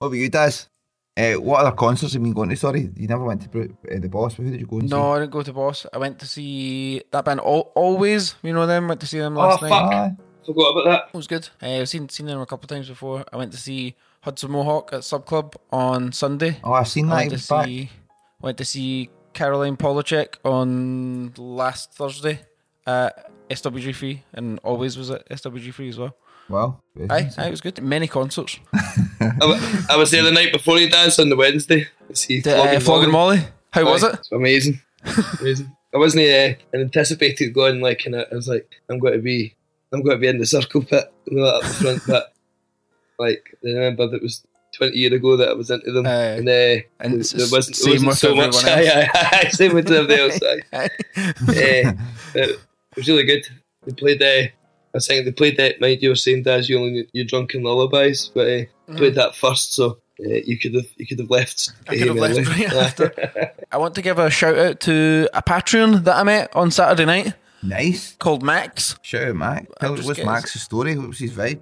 [SPEAKER 2] What about you, Daz? Uh, what other concerts have you been going to? Sorry, you never went to Bru- uh, the boss. but Who did you go and
[SPEAKER 3] No, I didn't go to Boss. I went to see that band Al- Always. You know them. Went to see them
[SPEAKER 4] Oh
[SPEAKER 3] last night.
[SPEAKER 4] fuck!
[SPEAKER 2] Aye.
[SPEAKER 4] Forgot about that.
[SPEAKER 3] It was good. Uh, I've seen seen them a couple of times before. I went to see Hudson Mohawk at Sub Club on Sunday.
[SPEAKER 2] Oh, I've seen that.
[SPEAKER 3] I
[SPEAKER 2] He
[SPEAKER 3] went to
[SPEAKER 2] was back.
[SPEAKER 3] see went to see Caroline Polachek on last Thursday at SWG3 and always was at SWG3 as well.
[SPEAKER 2] Well,
[SPEAKER 3] Aye, aye, it was good. Many concerts.
[SPEAKER 4] I, wa- I was there the night before he danced on the Wednesday. to See,
[SPEAKER 3] The, uh, Flogging Molly. How was
[SPEAKER 4] Aye,
[SPEAKER 3] it?
[SPEAKER 4] It's amazing. amazing. I wasn't uh, anticipated going like, and I I was like, I'm going to be, I'm going to be in the circle pit, you know, up the front. but like, I remember that it was 20 years ago that I was into them,
[SPEAKER 3] Aye.
[SPEAKER 4] and uh,
[SPEAKER 3] And
[SPEAKER 4] there,
[SPEAKER 3] it's
[SPEAKER 4] there
[SPEAKER 3] s-
[SPEAKER 4] wasn't,
[SPEAKER 3] same
[SPEAKER 4] there wasn't
[SPEAKER 3] with
[SPEAKER 4] so much.
[SPEAKER 3] everyone else.
[SPEAKER 4] Aye, aye, aye, same with everybody else. Aye. Eh, but it was really good. They played. Uh, I think they played that. Mind you, were saying Daz, you only you drunken lullabies, but uh, played that first, so uh, you could have you could have left.
[SPEAKER 3] Mm. I could have
[SPEAKER 4] Aye,
[SPEAKER 3] left
[SPEAKER 4] aye.
[SPEAKER 3] right after. I want to give a shout out to a Patreon that I met on Saturday night
[SPEAKER 2] nice.
[SPEAKER 3] called Max.
[SPEAKER 2] Shout out, Mac.
[SPEAKER 3] I'm
[SPEAKER 2] How,
[SPEAKER 3] just
[SPEAKER 2] what's
[SPEAKER 3] getting-
[SPEAKER 2] Max's story? What was his vibe?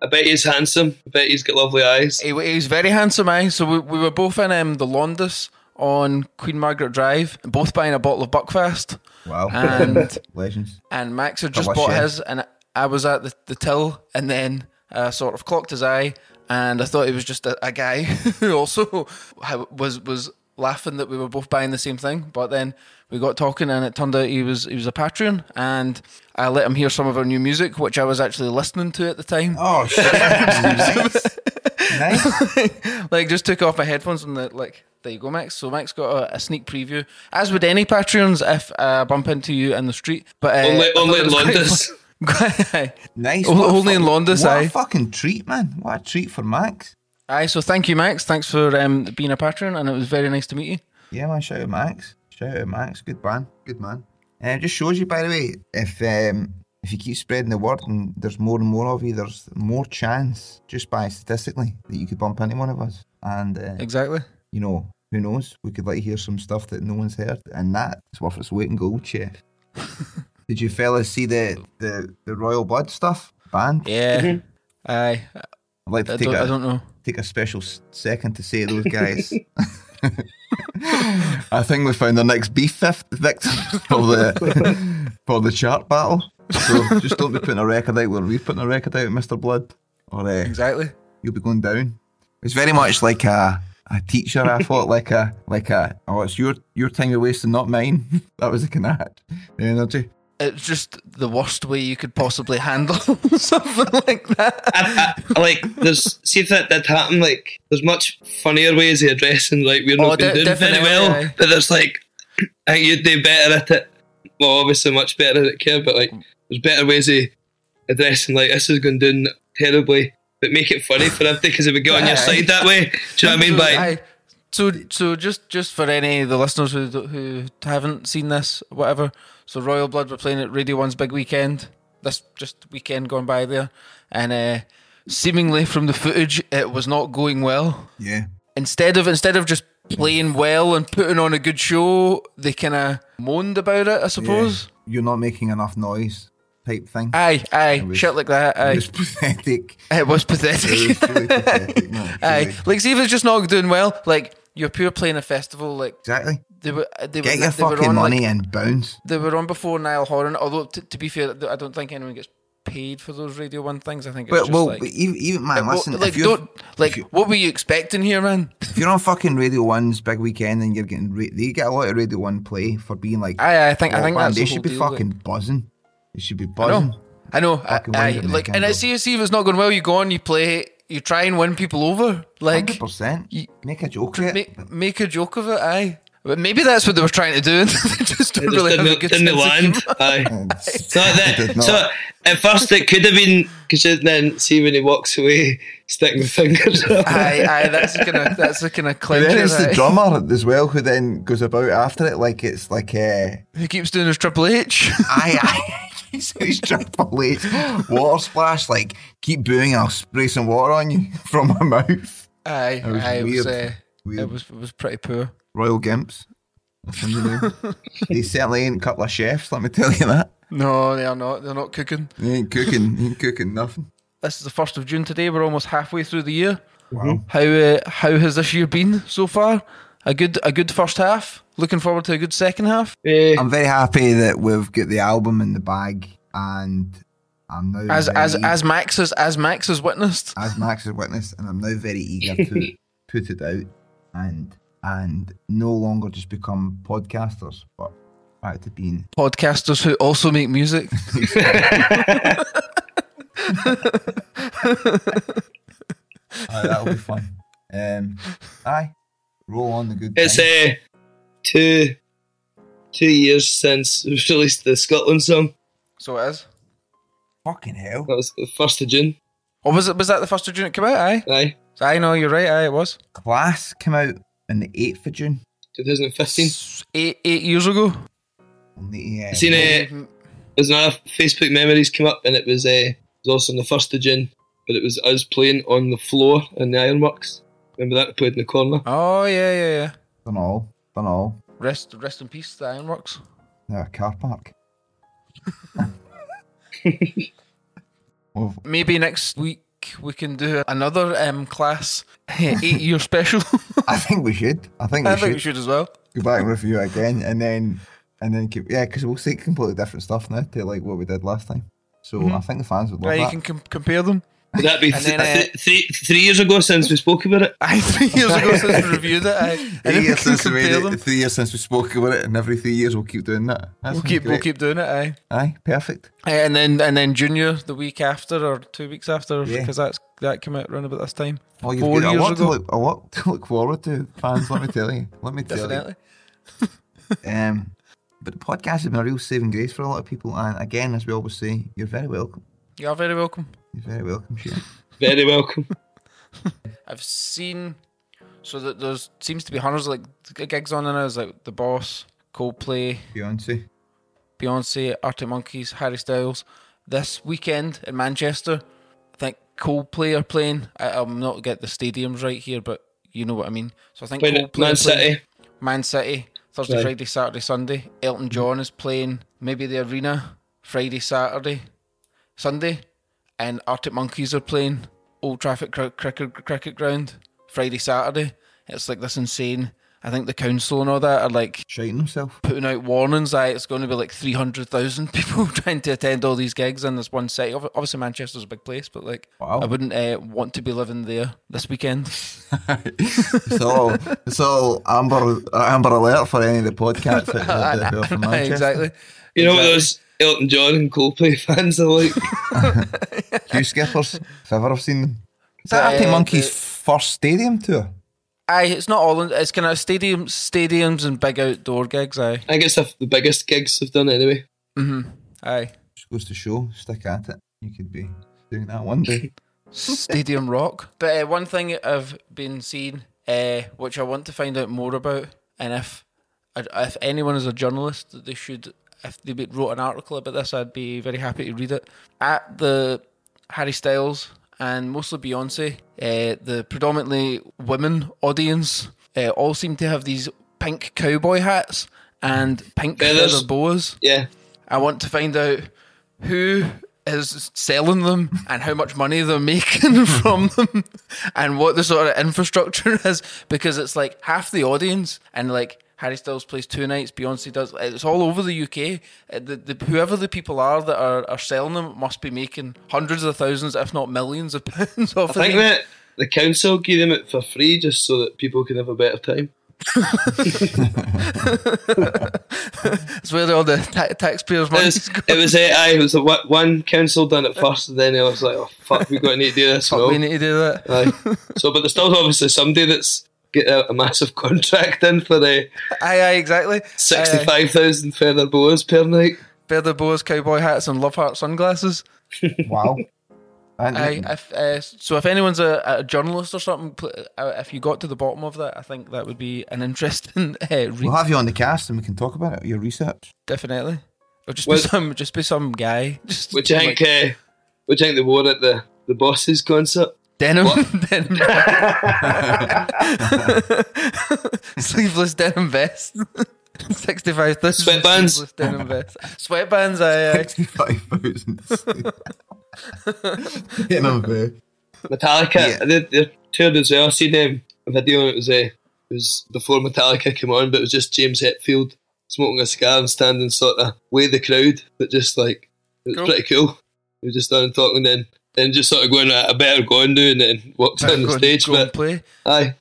[SPEAKER 4] I bet he's handsome. I bet he's got lovely eyes.
[SPEAKER 3] He, wa- he was very handsome, eh? So we, we were both in um, the Londis on Queen Margaret Drive, both buying a bottle of Buckfast.
[SPEAKER 2] Wow.
[SPEAKER 3] And-
[SPEAKER 2] Legends.
[SPEAKER 3] And Max had just
[SPEAKER 2] was
[SPEAKER 3] bought
[SPEAKER 2] she?
[SPEAKER 3] his, and I was at the, the till, and then uh, sort of clocked his eye, and I thought he was just a, a guy who also ha- was was laughing that we were both buying the same thing. But then we got talking, and it turned out he was he was a patron, and I let him hear some of our new music, which I was actually listening to at the time.
[SPEAKER 2] Oh, shit. nice. nice.
[SPEAKER 3] like just took off my headphones and the, like there you go max so max got a, a sneak preview as would any patrons if i bump into you in the street but uh,
[SPEAKER 4] Only-
[SPEAKER 3] I thought
[SPEAKER 4] only
[SPEAKER 3] it
[SPEAKER 4] in
[SPEAKER 3] was quite
[SPEAKER 4] Londis.
[SPEAKER 3] fun- aye.
[SPEAKER 2] Nice.
[SPEAKER 3] O-
[SPEAKER 2] What a
[SPEAKER 3] only in
[SPEAKER 2] fucking-
[SPEAKER 3] Londis,
[SPEAKER 2] What
[SPEAKER 3] aye.
[SPEAKER 2] a fucking treat, man. What a treat for Max.
[SPEAKER 3] aye so thank you max thanks for um, being a patron and it was very nice to meet you
[SPEAKER 2] Yeah, man. Shout out, Max. Shout out, Max. Good man. Good man. And it just shows you, by the way, if um, if you keep spreading the word and there's more and more of you, there's more chance, just by statistically, that you could bump into one of us. And uh,
[SPEAKER 3] exactly
[SPEAKER 2] you know, who knows? We could like hear some stuff that no one's heard, and that's worth its weight in gold, chef. Did you fellas see the the, the Royal Blood stuff band?
[SPEAKER 3] yeah aye
[SPEAKER 2] I'd like
[SPEAKER 3] I
[SPEAKER 2] to take
[SPEAKER 3] don't,
[SPEAKER 2] a,
[SPEAKER 3] I don't know
[SPEAKER 2] take a special s- second to say those guys. I think we found our next beef fifth victim for the for the chart battle. So just don't be putting a record out when we're putting a record out, Mister Blood, or uh,
[SPEAKER 3] exactly
[SPEAKER 2] you'll be going down. It's very much like a a teacher. I thought like a like a oh, it's your your time you're wasting, not mine. that was the kind of the energy.
[SPEAKER 3] it's just the worst way you could possibly handle something like that
[SPEAKER 4] I, I, like there's see if that did happen like there's much funnier ways of addressing like we're
[SPEAKER 3] Oh,
[SPEAKER 4] not
[SPEAKER 3] de-
[SPEAKER 4] been doing very
[SPEAKER 3] definitely,
[SPEAKER 4] well
[SPEAKER 3] aye.
[SPEAKER 4] but there's like I think you'd do better at it well obviously much better at it care but like there's better ways of addressing like this is going down terribly but make it funny for everybody because it would get on your
[SPEAKER 3] Aye.
[SPEAKER 4] side that way do you know what I
[SPEAKER 3] So,
[SPEAKER 4] mean by
[SPEAKER 3] aye. so so just just for any of the listeners who do- who haven't seen this, whatever. So Royal Blood were playing at Radio One's big weekend. This just weekend gone by there, and uh, seemingly from the footage, it was not going well.
[SPEAKER 2] Yeah,
[SPEAKER 3] Instead of instead of just playing well and putting on a good show, they kind of moaned about it. I suppose.
[SPEAKER 2] you're not making enough noise type thing.
[SPEAKER 3] Aye, aye,
[SPEAKER 2] was-
[SPEAKER 3] shit like that.
[SPEAKER 2] it
[SPEAKER 3] Aye,
[SPEAKER 2] was pathetic.
[SPEAKER 3] it was pathetic.
[SPEAKER 2] It was truly pathetic. No,
[SPEAKER 3] aye,
[SPEAKER 2] truly.
[SPEAKER 3] like see if it's just not doing well. Like you're pure playing a festival. Like
[SPEAKER 2] exactly.
[SPEAKER 3] they were uh, they
[SPEAKER 2] Get
[SPEAKER 3] were
[SPEAKER 2] your
[SPEAKER 3] they were
[SPEAKER 2] fucking
[SPEAKER 3] on,
[SPEAKER 2] money
[SPEAKER 3] Like,
[SPEAKER 2] and bounce.
[SPEAKER 3] they were on before Niall Horan. Although t- to be fair, th- I don't think anyone gets paid for those Radio One things. I think it's
[SPEAKER 2] But
[SPEAKER 3] just
[SPEAKER 2] well,
[SPEAKER 3] like.
[SPEAKER 2] but even, even
[SPEAKER 3] like,
[SPEAKER 2] man,
[SPEAKER 3] what-
[SPEAKER 2] listen.
[SPEAKER 3] like
[SPEAKER 2] if you're
[SPEAKER 3] don't like what were you expecting here, man?
[SPEAKER 2] if you're on fucking Radio One's big weekend and you're getting ra- they get a lot of Radio One play for being like,
[SPEAKER 3] I I think I
[SPEAKER 2] "Oh,
[SPEAKER 3] think
[SPEAKER 2] man,
[SPEAKER 3] that's
[SPEAKER 2] they
[SPEAKER 3] the
[SPEAKER 2] should
[SPEAKER 3] whole
[SPEAKER 2] be
[SPEAKER 3] deal, like-
[SPEAKER 2] fucking buzzing. They should be
[SPEAKER 3] I
[SPEAKER 2] buzzing.
[SPEAKER 3] know, I know. I,
[SPEAKER 2] Fucking
[SPEAKER 3] I,
[SPEAKER 2] wonder
[SPEAKER 3] like,
[SPEAKER 2] they
[SPEAKER 3] and I
[SPEAKER 2] can
[SPEAKER 3] see see if it's not going well. You go on, you play, you try and win people over. Like
[SPEAKER 2] Hundred percent.
[SPEAKER 3] you-
[SPEAKER 2] Make a joke of it.
[SPEAKER 3] make make a joke of it, aye. But maybe that's what they were trying to do. and they just don't
[SPEAKER 4] It
[SPEAKER 3] really
[SPEAKER 4] just
[SPEAKER 3] have a
[SPEAKER 4] didn't,
[SPEAKER 3] good
[SPEAKER 4] didn't
[SPEAKER 3] sense of
[SPEAKER 4] land.
[SPEAKER 3] humour.
[SPEAKER 4] Aye.
[SPEAKER 2] It's-
[SPEAKER 4] So, that,
[SPEAKER 2] did not.
[SPEAKER 4] so at first it could have been because then see when he walks away, stick my fingers. up.
[SPEAKER 3] Aye, aye. That's gonna that's the kind of
[SPEAKER 2] And
[SPEAKER 3] clincher.
[SPEAKER 2] then it's the
[SPEAKER 3] aye.
[SPEAKER 2] drummer as well who then goes about after it like it's like uh,
[SPEAKER 3] Who keeps doing his Triple H?
[SPEAKER 2] I, I so he's Triple H. Water splash, like, keep booing and I'll spray some water on you from my mouth.
[SPEAKER 3] Aye,
[SPEAKER 2] That was
[SPEAKER 3] aye, it was,
[SPEAKER 2] weird.
[SPEAKER 3] uh,
[SPEAKER 2] Weird.
[SPEAKER 3] it was it was pretty poor.
[SPEAKER 2] Royal Gimps. That's what you know. they certainly ain't a couple of chefs, let me tell you that.
[SPEAKER 3] No, they are not. They're not cooking.
[SPEAKER 2] They ain't cooking, they ain't cooking nothing.
[SPEAKER 3] This is the first of June today. We're almost halfway through the year.
[SPEAKER 2] Wow.
[SPEAKER 3] How uh, how has this year been so far? A good a good first half. Looking forward to a good second half.
[SPEAKER 4] Eh,
[SPEAKER 2] I'm very happy that we've got the album in the bag and I'm now
[SPEAKER 3] As as
[SPEAKER 2] very-
[SPEAKER 3] as Max has as Max has witnessed.
[SPEAKER 2] as Max has witnessed, and I'm now very eager to put it out and and no longer just become podcasters, but back to being
[SPEAKER 3] Podcasters who also make music.
[SPEAKER 2] Aye, uh, that'll be fun. Um, aye, roll on the good.
[SPEAKER 4] it's
[SPEAKER 2] times.
[SPEAKER 4] uh, two two years since we released the Scotland song.
[SPEAKER 3] so it is.
[SPEAKER 2] fucking hell.
[SPEAKER 4] That was the first of June.
[SPEAKER 3] Or Oh, was it was that the first of June it came out? Aye.
[SPEAKER 4] Aye,
[SPEAKER 3] I know you're right. Aye, it was
[SPEAKER 2] Class came out on the eighth of June.
[SPEAKER 4] 2015.
[SPEAKER 3] eight eight years ago.
[SPEAKER 2] On the, uh,
[SPEAKER 4] Seen it. There's another Facebook memories came up, and it was uh, it was also on the first of June, but it was us playing on the floor in the ironworks. Remember that we played in the corner?
[SPEAKER 3] Oh yeah yeah yeah.
[SPEAKER 2] Done all. Done all.
[SPEAKER 3] Rest rest in peace, the Ironworks.
[SPEAKER 2] Now a car park. We've-
[SPEAKER 3] Maybe next week we can do another um, class eight year special.
[SPEAKER 2] I think we should. I think we
[SPEAKER 3] I
[SPEAKER 2] should.
[SPEAKER 3] think we should as well.
[SPEAKER 2] go back and review it again, and then and then keep, yeah, because we'll see completely different stuff now to like what we did last time. So I think the fans would love
[SPEAKER 3] Mm-hmm. Right, you
[SPEAKER 2] that.
[SPEAKER 3] can com- compare them.
[SPEAKER 4] Would that be
[SPEAKER 3] And
[SPEAKER 4] th-
[SPEAKER 3] then, uh,
[SPEAKER 4] th- three three years ago since we spoke about it?
[SPEAKER 3] Aye, three years ago since we reviewed it. Aye. And then we can compare them.
[SPEAKER 2] three years since we spoke about it, and every three years we'll keep doing that. That
[SPEAKER 3] We'll
[SPEAKER 2] sounds
[SPEAKER 3] keep, we'll
[SPEAKER 2] great.
[SPEAKER 3] keep doing it, aye.
[SPEAKER 2] Aye, perfect.
[SPEAKER 3] Aye, And then and then junior the week after or two weeks after
[SPEAKER 2] Yeah.
[SPEAKER 3] because that's that came out around about this time.
[SPEAKER 2] Oh,
[SPEAKER 3] Four
[SPEAKER 2] you've got a
[SPEAKER 3] years
[SPEAKER 2] lot to
[SPEAKER 3] ago.
[SPEAKER 2] look a lot to look forward to, fans. let me tell you. Let me tell
[SPEAKER 3] Definitely.
[SPEAKER 2] you. Um, but the podcast has been a real saving grace for a lot of people, and again, as we always say, you're very welcome.
[SPEAKER 3] You are very welcome.
[SPEAKER 2] You're very welcome, Shane.
[SPEAKER 4] Very welcome.
[SPEAKER 3] I've seen so that there's seems to be hundreds of like gigs on and it's like the boss, Coldplay,
[SPEAKER 2] Beyonce.
[SPEAKER 3] Beyonce, Arctic Monkeys, Harry Styles. This weekend in Manchester, I think Coldplay are playing. I, I'm not get the stadiums right here, but you know what I mean. So I think
[SPEAKER 4] Playing at
[SPEAKER 3] Coldplay are playing
[SPEAKER 4] Man City.
[SPEAKER 3] Man City Thursday,
[SPEAKER 4] Right.
[SPEAKER 3] Friday, Saturday, Sunday. Elton John is playing maybe the Arena Friday, Saturday, Sunday, and Arctic Monkeys are playing Old Trafford cr- cricket cricket ground Friday, Saturday. It's like this insane. I think the council and all that are like
[SPEAKER 2] Shiting himself.
[SPEAKER 3] putting out warnings that it's going to be like 300,000 people trying to attend all these gigs in this one city. Ob- Obviously, Manchester's a big place, but like,
[SPEAKER 2] Wow.
[SPEAKER 3] I wouldn't uh, want to be living there this weekend.
[SPEAKER 2] It's all it's all amber amber alert for any of the podcasts that, that, that are from Manchester.
[SPEAKER 3] exactly.
[SPEAKER 4] You know what those Elton John and Coldplay fans are like?
[SPEAKER 2] Hugh Skippers, if ever I've seen them. Is that Anti
[SPEAKER 3] Uh,
[SPEAKER 2] Monkey's
[SPEAKER 3] the-
[SPEAKER 2] first stadium tour?
[SPEAKER 3] Aye, it's not all. In, it's kind of stadiums, stadiums, and big outdoor gigs. Aye,
[SPEAKER 4] I guess that's the biggest gigs they've done anyway.
[SPEAKER 3] aye.
[SPEAKER 2] Just goes to show, stick at it. You could be doing that one day.
[SPEAKER 3] Stadium Rock. But uh, one thing I've been seeing, uh, which I want to find out more about, and if if anyone is a journalist, that they should, if they be- wrote an article about this, I'd be very happy to read it. At the Harry Styles and mostly Beyonce, uh, the predominantly women audience uh, all seem to have these pink cowboy hats and pink
[SPEAKER 4] Feathers.
[SPEAKER 3] feather boas.
[SPEAKER 4] Yeah.
[SPEAKER 3] I want to find out who is selling them and how much money they're making from them and what the sort of infrastructure is because it's like half the audience and like Harry Styles plays two nights, Beyonce does. It's all over the UK. Uh, The, the, whoever the people are that are, are selling them must be making hundreds of thousands, if not millions of pounds off
[SPEAKER 4] I think
[SPEAKER 3] of them.
[SPEAKER 4] that the council gave them it for free just so that people can have a better time.
[SPEAKER 3] It's where all the ta- taxpayers' money
[SPEAKER 4] It
[SPEAKER 3] is
[SPEAKER 4] was,
[SPEAKER 3] going.
[SPEAKER 4] it was, uh, aye, it was the one- one council done it first, and then I was like, oh, fuck, we've got to need to do this.
[SPEAKER 3] Fuck,
[SPEAKER 4] well.
[SPEAKER 3] we need to do that.
[SPEAKER 4] Aye. So, but there's still obviously somebody that's get a, a massive contract in for the
[SPEAKER 3] Aye, aye, exactly. Aye, aye.
[SPEAKER 4] sixty-five thousand feather boas per night.
[SPEAKER 3] Feather boas, cowboy hats, and love heart sunglasses.
[SPEAKER 2] wow. And
[SPEAKER 4] Mm-hmm.
[SPEAKER 3] I, if, uh, so if anyone's a, a journalist or something, pl- uh, if you got to the bottom of that, I think that would be an interesting uh, read,
[SPEAKER 2] we'll have you on the cast and we can talk about it, your research.
[SPEAKER 3] definitely. It'll just
[SPEAKER 4] Well-
[SPEAKER 3] be some, just be some guy. Just
[SPEAKER 4] Which I think,
[SPEAKER 3] like,
[SPEAKER 4] uh, which I think they wore at the the bosses concert.
[SPEAKER 3] denim, denim, sleeveless denim vest. Sixty-five thousand
[SPEAKER 4] Sweatbands.
[SPEAKER 3] sleeveless denim vest. Sweatbands. I. I
[SPEAKER 2] 65,000. Getting on there.
[SPEAKER 4] Metallica,
[SPEAKER 2] Yeah.
[SPEAKER 4] they, they toured as well. I seen um, a video. It was uh, it was before Metallica came on, but it was just James Hetfield smoking a cigar and standing sort of way the crowd, but just like it was
[SPEAKER 3] Cool.
[SPEAKER 4] pretty cool. He was just standing talking, then then just sort of going, I better go and do, and then walked on the
[SPEAKER 3] go and-
[SPEAKER 4] stage.
[SPEAKER 3] go and
[SPEAKER 4] But
[SPEAKER 3] play.
[SPEAKER 4] aye,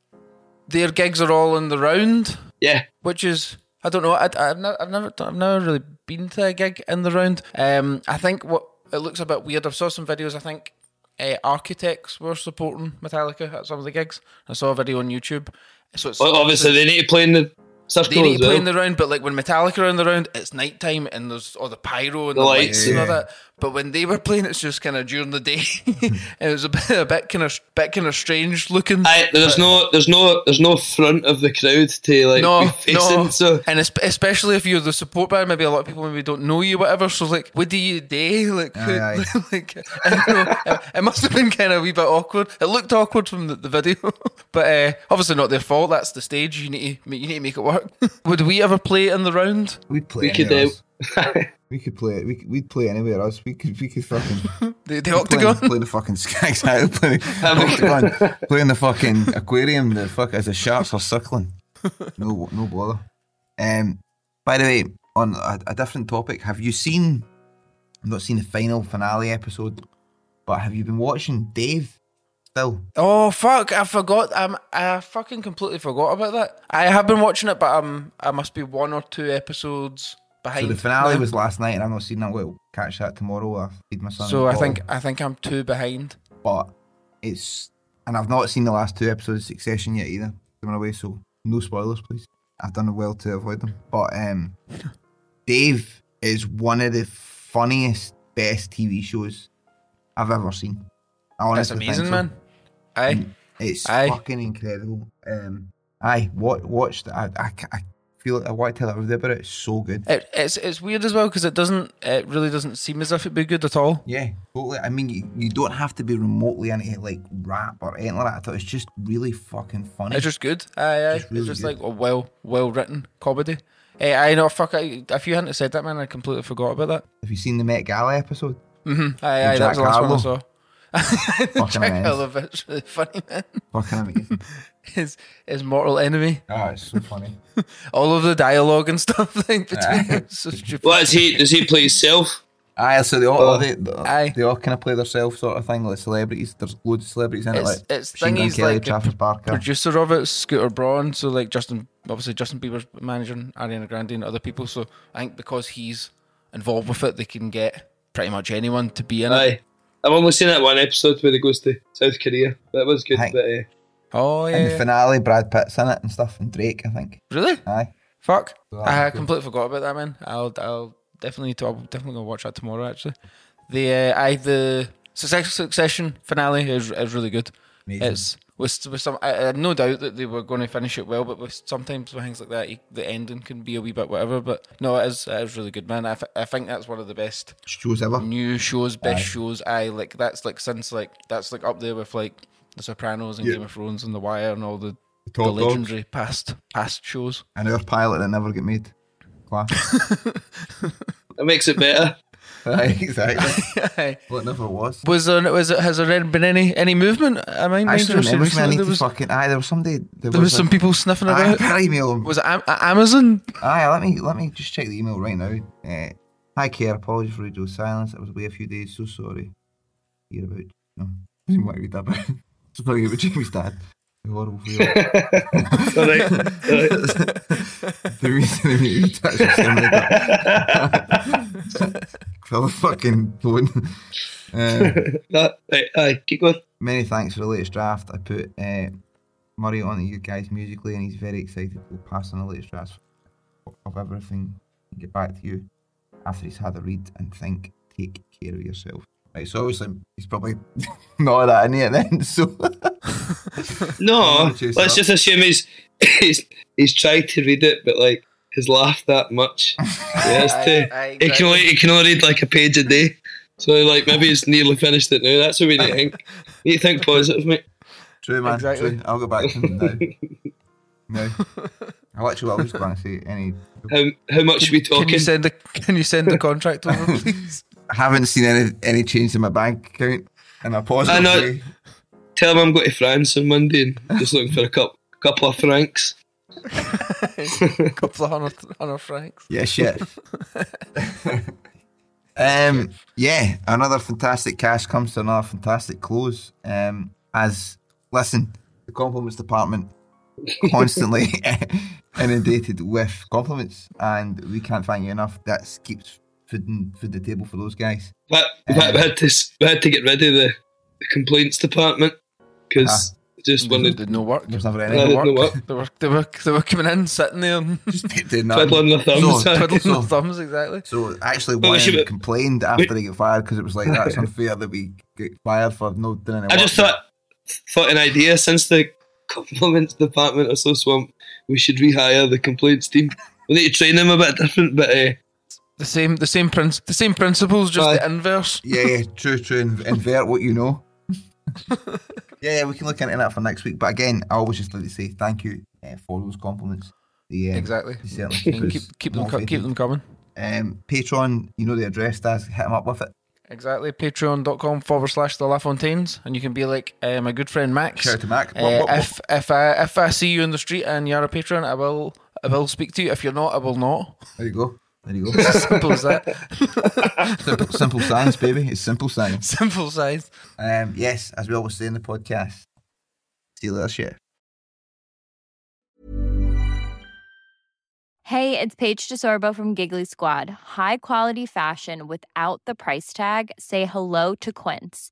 [SPEAKER 3] Their gigs are all in the round,
[SPEAKER 4] yeah,
[SPEAKER 3] which is I don't know. I, I've, never, I've never, I've never really been to a gig in the round. Um, I think what it looks a bit weird. I saw some videos. I think uh, architects were supporting Metallica at some of the gigs. I saw a video on YouTube. So it's
[SPEAKER 4] well, obviously they need to play in the
[SPEAKER 3] they
[SPEAKER 4] circle
[SPEAKER 3] need
[SPEAKER 4] as
[SPEAKER 3] to play in
[SPEAKER 4] well.
[SPEAKER 3] the round, but like when Metallica are in the round, it's nighttime and there's all the pyro and
[SPEAKER 4] The
[SPEAKER 3] the,
[SPEAKER 4] lights,
[SPEAKER 3] lights, and all
[SPEAKER 2] yeah.
[SPEAKER 3] that. But when they were playing, it's just kind of during the day. it was a bit, a bit kind of, bit kind of strange looking.
[SPEAKER 4] Aye, there's no, there's no, there's no front of the crowd to like be
[SPEAKER 3] no,
[SPEAKER 4] facing.
[SPEAKER 3] no,
[SPEAKER 4] So
[SPEAKER 3] and esp- especially if you're the support band, maybe a lot of people maybe don't know you, whatever. So like, what do you do? Like, who-
[SPEAKER 2] Aye, aye.
[SPEAKER 3] like I don't know, it, it must have been kind of a wee bit awkward. It looked awkward from the, the video, but uh, obviously not their fault. That's the stage. You need to, ma- you need to make it work. Would we ever play in the round?
[SPEAKER 2] We'd play
[SPEAKER 4] we
[SPEAKER 2] anywhere
[SPEAKER 4] could, uh,
[SPEAKER 2] else. We could play it. We could, we'd play anywhere else. We could. We could fucking
[SPEAKER 3] The, the
[SPEAKER 2] play,
[SPEAKER 3] octagon.
[SPEAKER 2] play the fucking skags out. Play the octagon. Play in the fucking aquarium. The fuck as the sharks are suckling. No, no bother. Um. By the way, on a, a different topic, have you seen? I've not seen the final finale episode, but have you been watching Dave? Still,
[SPEAKER 3] Oh fuck! I forgot. Um, I fucking completely forgot about that. I have been watching it, but um, I must be one or two
[SPEAKER 2] so
[SPEAKER 3] episodes behind.
[SPEAKER 2] the finale
[SPEAKER 3] now.
[SPEAKER 2] was last night, and I've not seen that. We'll catch that tomorrow. I've feed my son.
[SPEAKER 3] So I
[SPEAKER 2] bottle.
[SPEAKER 3] think I think I'm two behind.
[SPEAKER 2] but it's and I've not seen the last two episodes of Succession yet either. They went away, so no spoilers, please. I've done well to avoid them. But um, Dave is one of the funniest, best TV shows I've ever seen. I
[SPEAKER 3] That's
[SPEAKER 2] honestly think
[SPEAKER 3] amazing,
[SPEAKER 2] so. Mm.
[SPEAKER 3] man. Aye.
[SPEAKER 2] It's
[SPEAKER 3] Aye.
[SPEAKER 2] fucking incredible. Um, aye, watch, watch that. I, I, ca- I feel like I want to tell everybody about it. It's so good.
[SPEAKER 3] It, it's it's weird as well because it doesn't it really doesn't seem as if it'd be good at all.
[SPEAKER 2] Yeah, totally. I mean, you, you don't have to be remotely into like rap or anything like that. I thought it's just really fucking funny.
[SPEAKER 3] It's just good. Aye, aye.
[SPEAKER 2] Mm. It's really
[SPEAKER 3] it's just
[SPEAKER 2] good.
[SPEAKER 3] like a well well written comedy. Hey, I know. Fuck. I, if you hadn't have said that, man, I completely forgot about that. Mm-hmm.
[SPEAKER 2] Have you seen the Met Gala episode?
[SPEAKER 3] Aye, aye.
[SPEAKER 2] Jack
[SPEAKER 3] That was the last one I
[SPEAKER 2] Harlow.
[SPEAKER 3] saw.
[SPEAKER 2] Fucking
[SPEAKER 3] Jack
[SPEAKER 2] amazing.
[SPEAKER 3] Harlow, it's really funny man.
[SPEAKER 2] Fucking amazing.
[SPEAKER 3] His his mortal enemy.
[SPEAKER 2] oh, it's so funny.
[SPEAKER 3] All of the dialogue and stuff like between
[SPEAKER 2] Aye.
[SPEAKER 3] them. is So stupid.
[SPEAKER 4] what is he? Does he play himself?
[SPEAKER 2] Aye, so they all
[SPEAKER 4] Oh.
[SPEAKER 2] they, they,
[SPEAKER 3] Aye.
[SPEAKER 2] they all kind of play themselves sort of thing, like celebrities. There's loads of celebrities in
[SPEAKER 3] It's-
[SPEAKER 2] it, like
[SPEAKER 3] it's
[SPEAKER 2] Machine Gun
[SPEAKER 3] thingies
[SPEAKER 2] Kelly,
[SPEAKER 3] like a
[SPEAKER 2] Travis Barker.
[SPEAKER 3] producer of it, Scooter Braun. So like Justin, obviously Justin Bieber's managing Ariana Grande and other people. So I think because he's involved with it, they can get pretty much anyone to be in it.
[SPEAKER 4] Aye. I've only seen that one episode where he goes to South Korea. That was good,
[SPEAKER 2] Aye.
[SPEAKER 4] but uh,
[SPEAKER 3] Oh yeah,
[SPEAKER 2] in the
[SPEAKER 3] yeah.
[SPEAKER 2] finale, Brad Pitt's in it and stuff, and Drake, I think.
[SPEAKER 3] really?
[SPEAKER 2] Aye,
[SPEAKER 3] Fuck!
[SPEAKER 2] Well,
[SPEAKER 3] I
[SPEAKER 2] good.
[SPEAKER 3] completely forgot about that, man. I'll I'll definitely need to. I'll definitely go watch that tomorrow. Actually, the uh, I the success, Succession finale is is really good. It's with, with some I, I had no doubt that they were going to finish it well, but with sometimes with things like that, you, the ending can be a wee bit whatever. But no, it is it is really good, man. I, th- I think that's one of the best
[SPEAKER 2] shows ever.
[SPEAKER 3] new shows, best shows. I like that's like since like that's like up there with like The Sopranos and
[SPEAKER 2] Yeah.
[SPEAKER 3] Game of Thrones and The Wire and all the,
[SPEAKER 2] Top
[SPEAKER 3] the
[SPEAKER 2] Dogs.
[SPEAKER 3] legendary past past shows.
[SPEAKER 2] An hour pilot that never get made. Class.
[SPEAKER 4] that makes it better.
[SPEAKER 2] Aye, exactly. Well, it never was.
[SPEAKER 3] Was there was it, has there been any any movement? I mean,
[SPEAKER 2] I still
[SPEAKER 3] mind you,
[SPEAKER 2] remember I
[SPEAKER 3] recently
[SPEAKER 2] need
[SPEAKER 3] there
[SPEAKER 2] to
[SPEAKER 3] was
[SPEAKER 2] fucking. Aye, there was somebody. There,
[SPEAKER 3] there was some people sniffing
[SPEAKER 2] Aye,
[SPEAKER 3] about.
[SPEAKER 2] per email.
[SPEAKER 3] Was it Am- uh, Amazon?
[SPEAKER 2] Aye, let me let me just check the email right now. Uh, hi, care. Apologies for radio silence. I was away a few days. So sorry. Hear about no. I didn't want to read that bit. It's probably about Jamie's dad. The horrible fail.
[SPEAKER 4] All right. All right.
[SPEAKER 2] the reason I made you touch it, so I made that. Fill the fucking phone. Uh,
[SPEAKER 4] That- right, aye, keep going.
[SPEAKER 2] many thanks for the latest draft. I put uh, Murray onto you guys musically, and he's very excited. We'll pass on the latest draft of everything and get back to you after he's had a read and think. Take care of yourself. Right, so obviously he's probably not that in yet then. So
[SPEAKER 4] No,
[SPEAKER 2] gonna chase it
[SPEAKER 4] let's
[SPEAKER 2] up.
[SPEAKER 4] just assume he's, he's he's tried to read it, but like his laugh that much. He has
[SPEAKER 3] Aye,
[SPEAKER 4] to.
[SPEAKER 3] aye,
[SPEAKER 4] he can
[SPEAKER 3] exactly.
[SPEAKER 4] only he can only read like a page a day. So like maybe he's nearly finished it now. That's what we need to think. We need to think positive, mate.
[SPEAKER 2] True, man.
[SPEAKER 3] Exactly.
[SPEAKER 2] True. I'll go back to him now. no. I actually what I was going to say. Any,
[SPEAKER 4] How how much we
[SPEAKER 3] Can
[SPEAKER 4] talking?
[SPEAKER 3] you send the Can you send the contract over, please?
[SPEAKER 2] I haven't seen any any change in my bank account in a positive
[SPEAKER 4] I know.
[SPEAKER 2] way.
[SPEAKER 4] Tell him I'm going to France on Monday and just looking for a couple couple of francs.
[SPEAKER 3] couple of hundred, hundred francs.
[SPEAKER 2] Yeah, shit. um, yeah, another fantastic cast comes to another fantastic close. Um, as listen, the compliments department constantly inundated with compliments, and we can't thank you enough. That keeps food food the table for those guys.
[SPEAKER 4] But, but we had to s- we had to get rid of the, the complaints department because just wanted
[SPEAKER 3] Did no work.
[SPEAKER 2] There's never
[SPEAKER 4] I
[SPEAKER 2] any.
[SPEAKER 4] didn't
[SPEAKER 3] Work.
[SPEAKER 4] know what.
[SPEAKER 3] They were, they were, they were coming in, sitting there, and
[SPEAKER 2] Did not.
[SPEAKER 4] Twiddling their thumbs.
[SPEAKER 2] So,
[SPEAKER 3] twiddling
[SPEAKER 2] so-
[SPEAKER 3] their thumbs. Exactly.
[SPEAKER 2] So actually, one
[SPEAKER 4] Well, we
[SPEAKER 2] of
[SPEAKER 4] should
[SPEAKER 2] them
[SPEAKER 4] be-
[SPEAKER 2] complained after he got fired because it was like that's unfair that we get fired for no doing any
[SPEAKER 4] I
[SPEAKER 2] work."
[SPEAKER 4] just thought thought an idea since the compliments department are so swamped, we should rehire the complaints team. We need to train them a bit different, but uh,
[SPEAKER 3] The same, the same prin- the same principles, just
[SPEAKER 4] Aye.
[SPEAKER 3] the inverse.
[SPEAKER 2] Yeah, yeah, true, true. In- invert what you know. yeah, yeah, we can look into that for next week. But again, I always just like to say thank you uh, for those compliments. They, um,
[SPEAKER 3] Exactly.
[SPEAKER 2] they certainly
[SPEAKER 3] And
[SPEAKER 2] us
[SPEAKER 3] keep keep them co-
[SPEAKER 2] motivated.
[SPEAKER 3] keep them coming.
[SPEAKER 2] Um, Patreon, you know the address, Daz. Hit him up with it.
[SPEAKER 3] Exactly. Patreon.com forward slash the LaFontaines, and you can be like uh, my good friend Max.
[SPEAKER 2] Shout out to Mac.
[SPEAKER 3] Uh,
[SPEAKER 2] What- what- what-
[SPEAKER 3] If if I if I see you in the street and you're a patron, I will I will speak to you. If you're not, I will not.
[SPEAKER 2] There you go. There you go.
[SPEAKER 3] Simple as that.
[SPEAKER 2] simple, simple science, baby. It's simple science.
[SPEAKER 3] Simple size.
[SPEAKER 2] Um, yes, as we always say in the podcast. See you later, shit.
[SPEAKER 6] Hey, it's Paige DeSorbo from Giggly Squad. High quality fashion without the price tag. Say hello to Quince.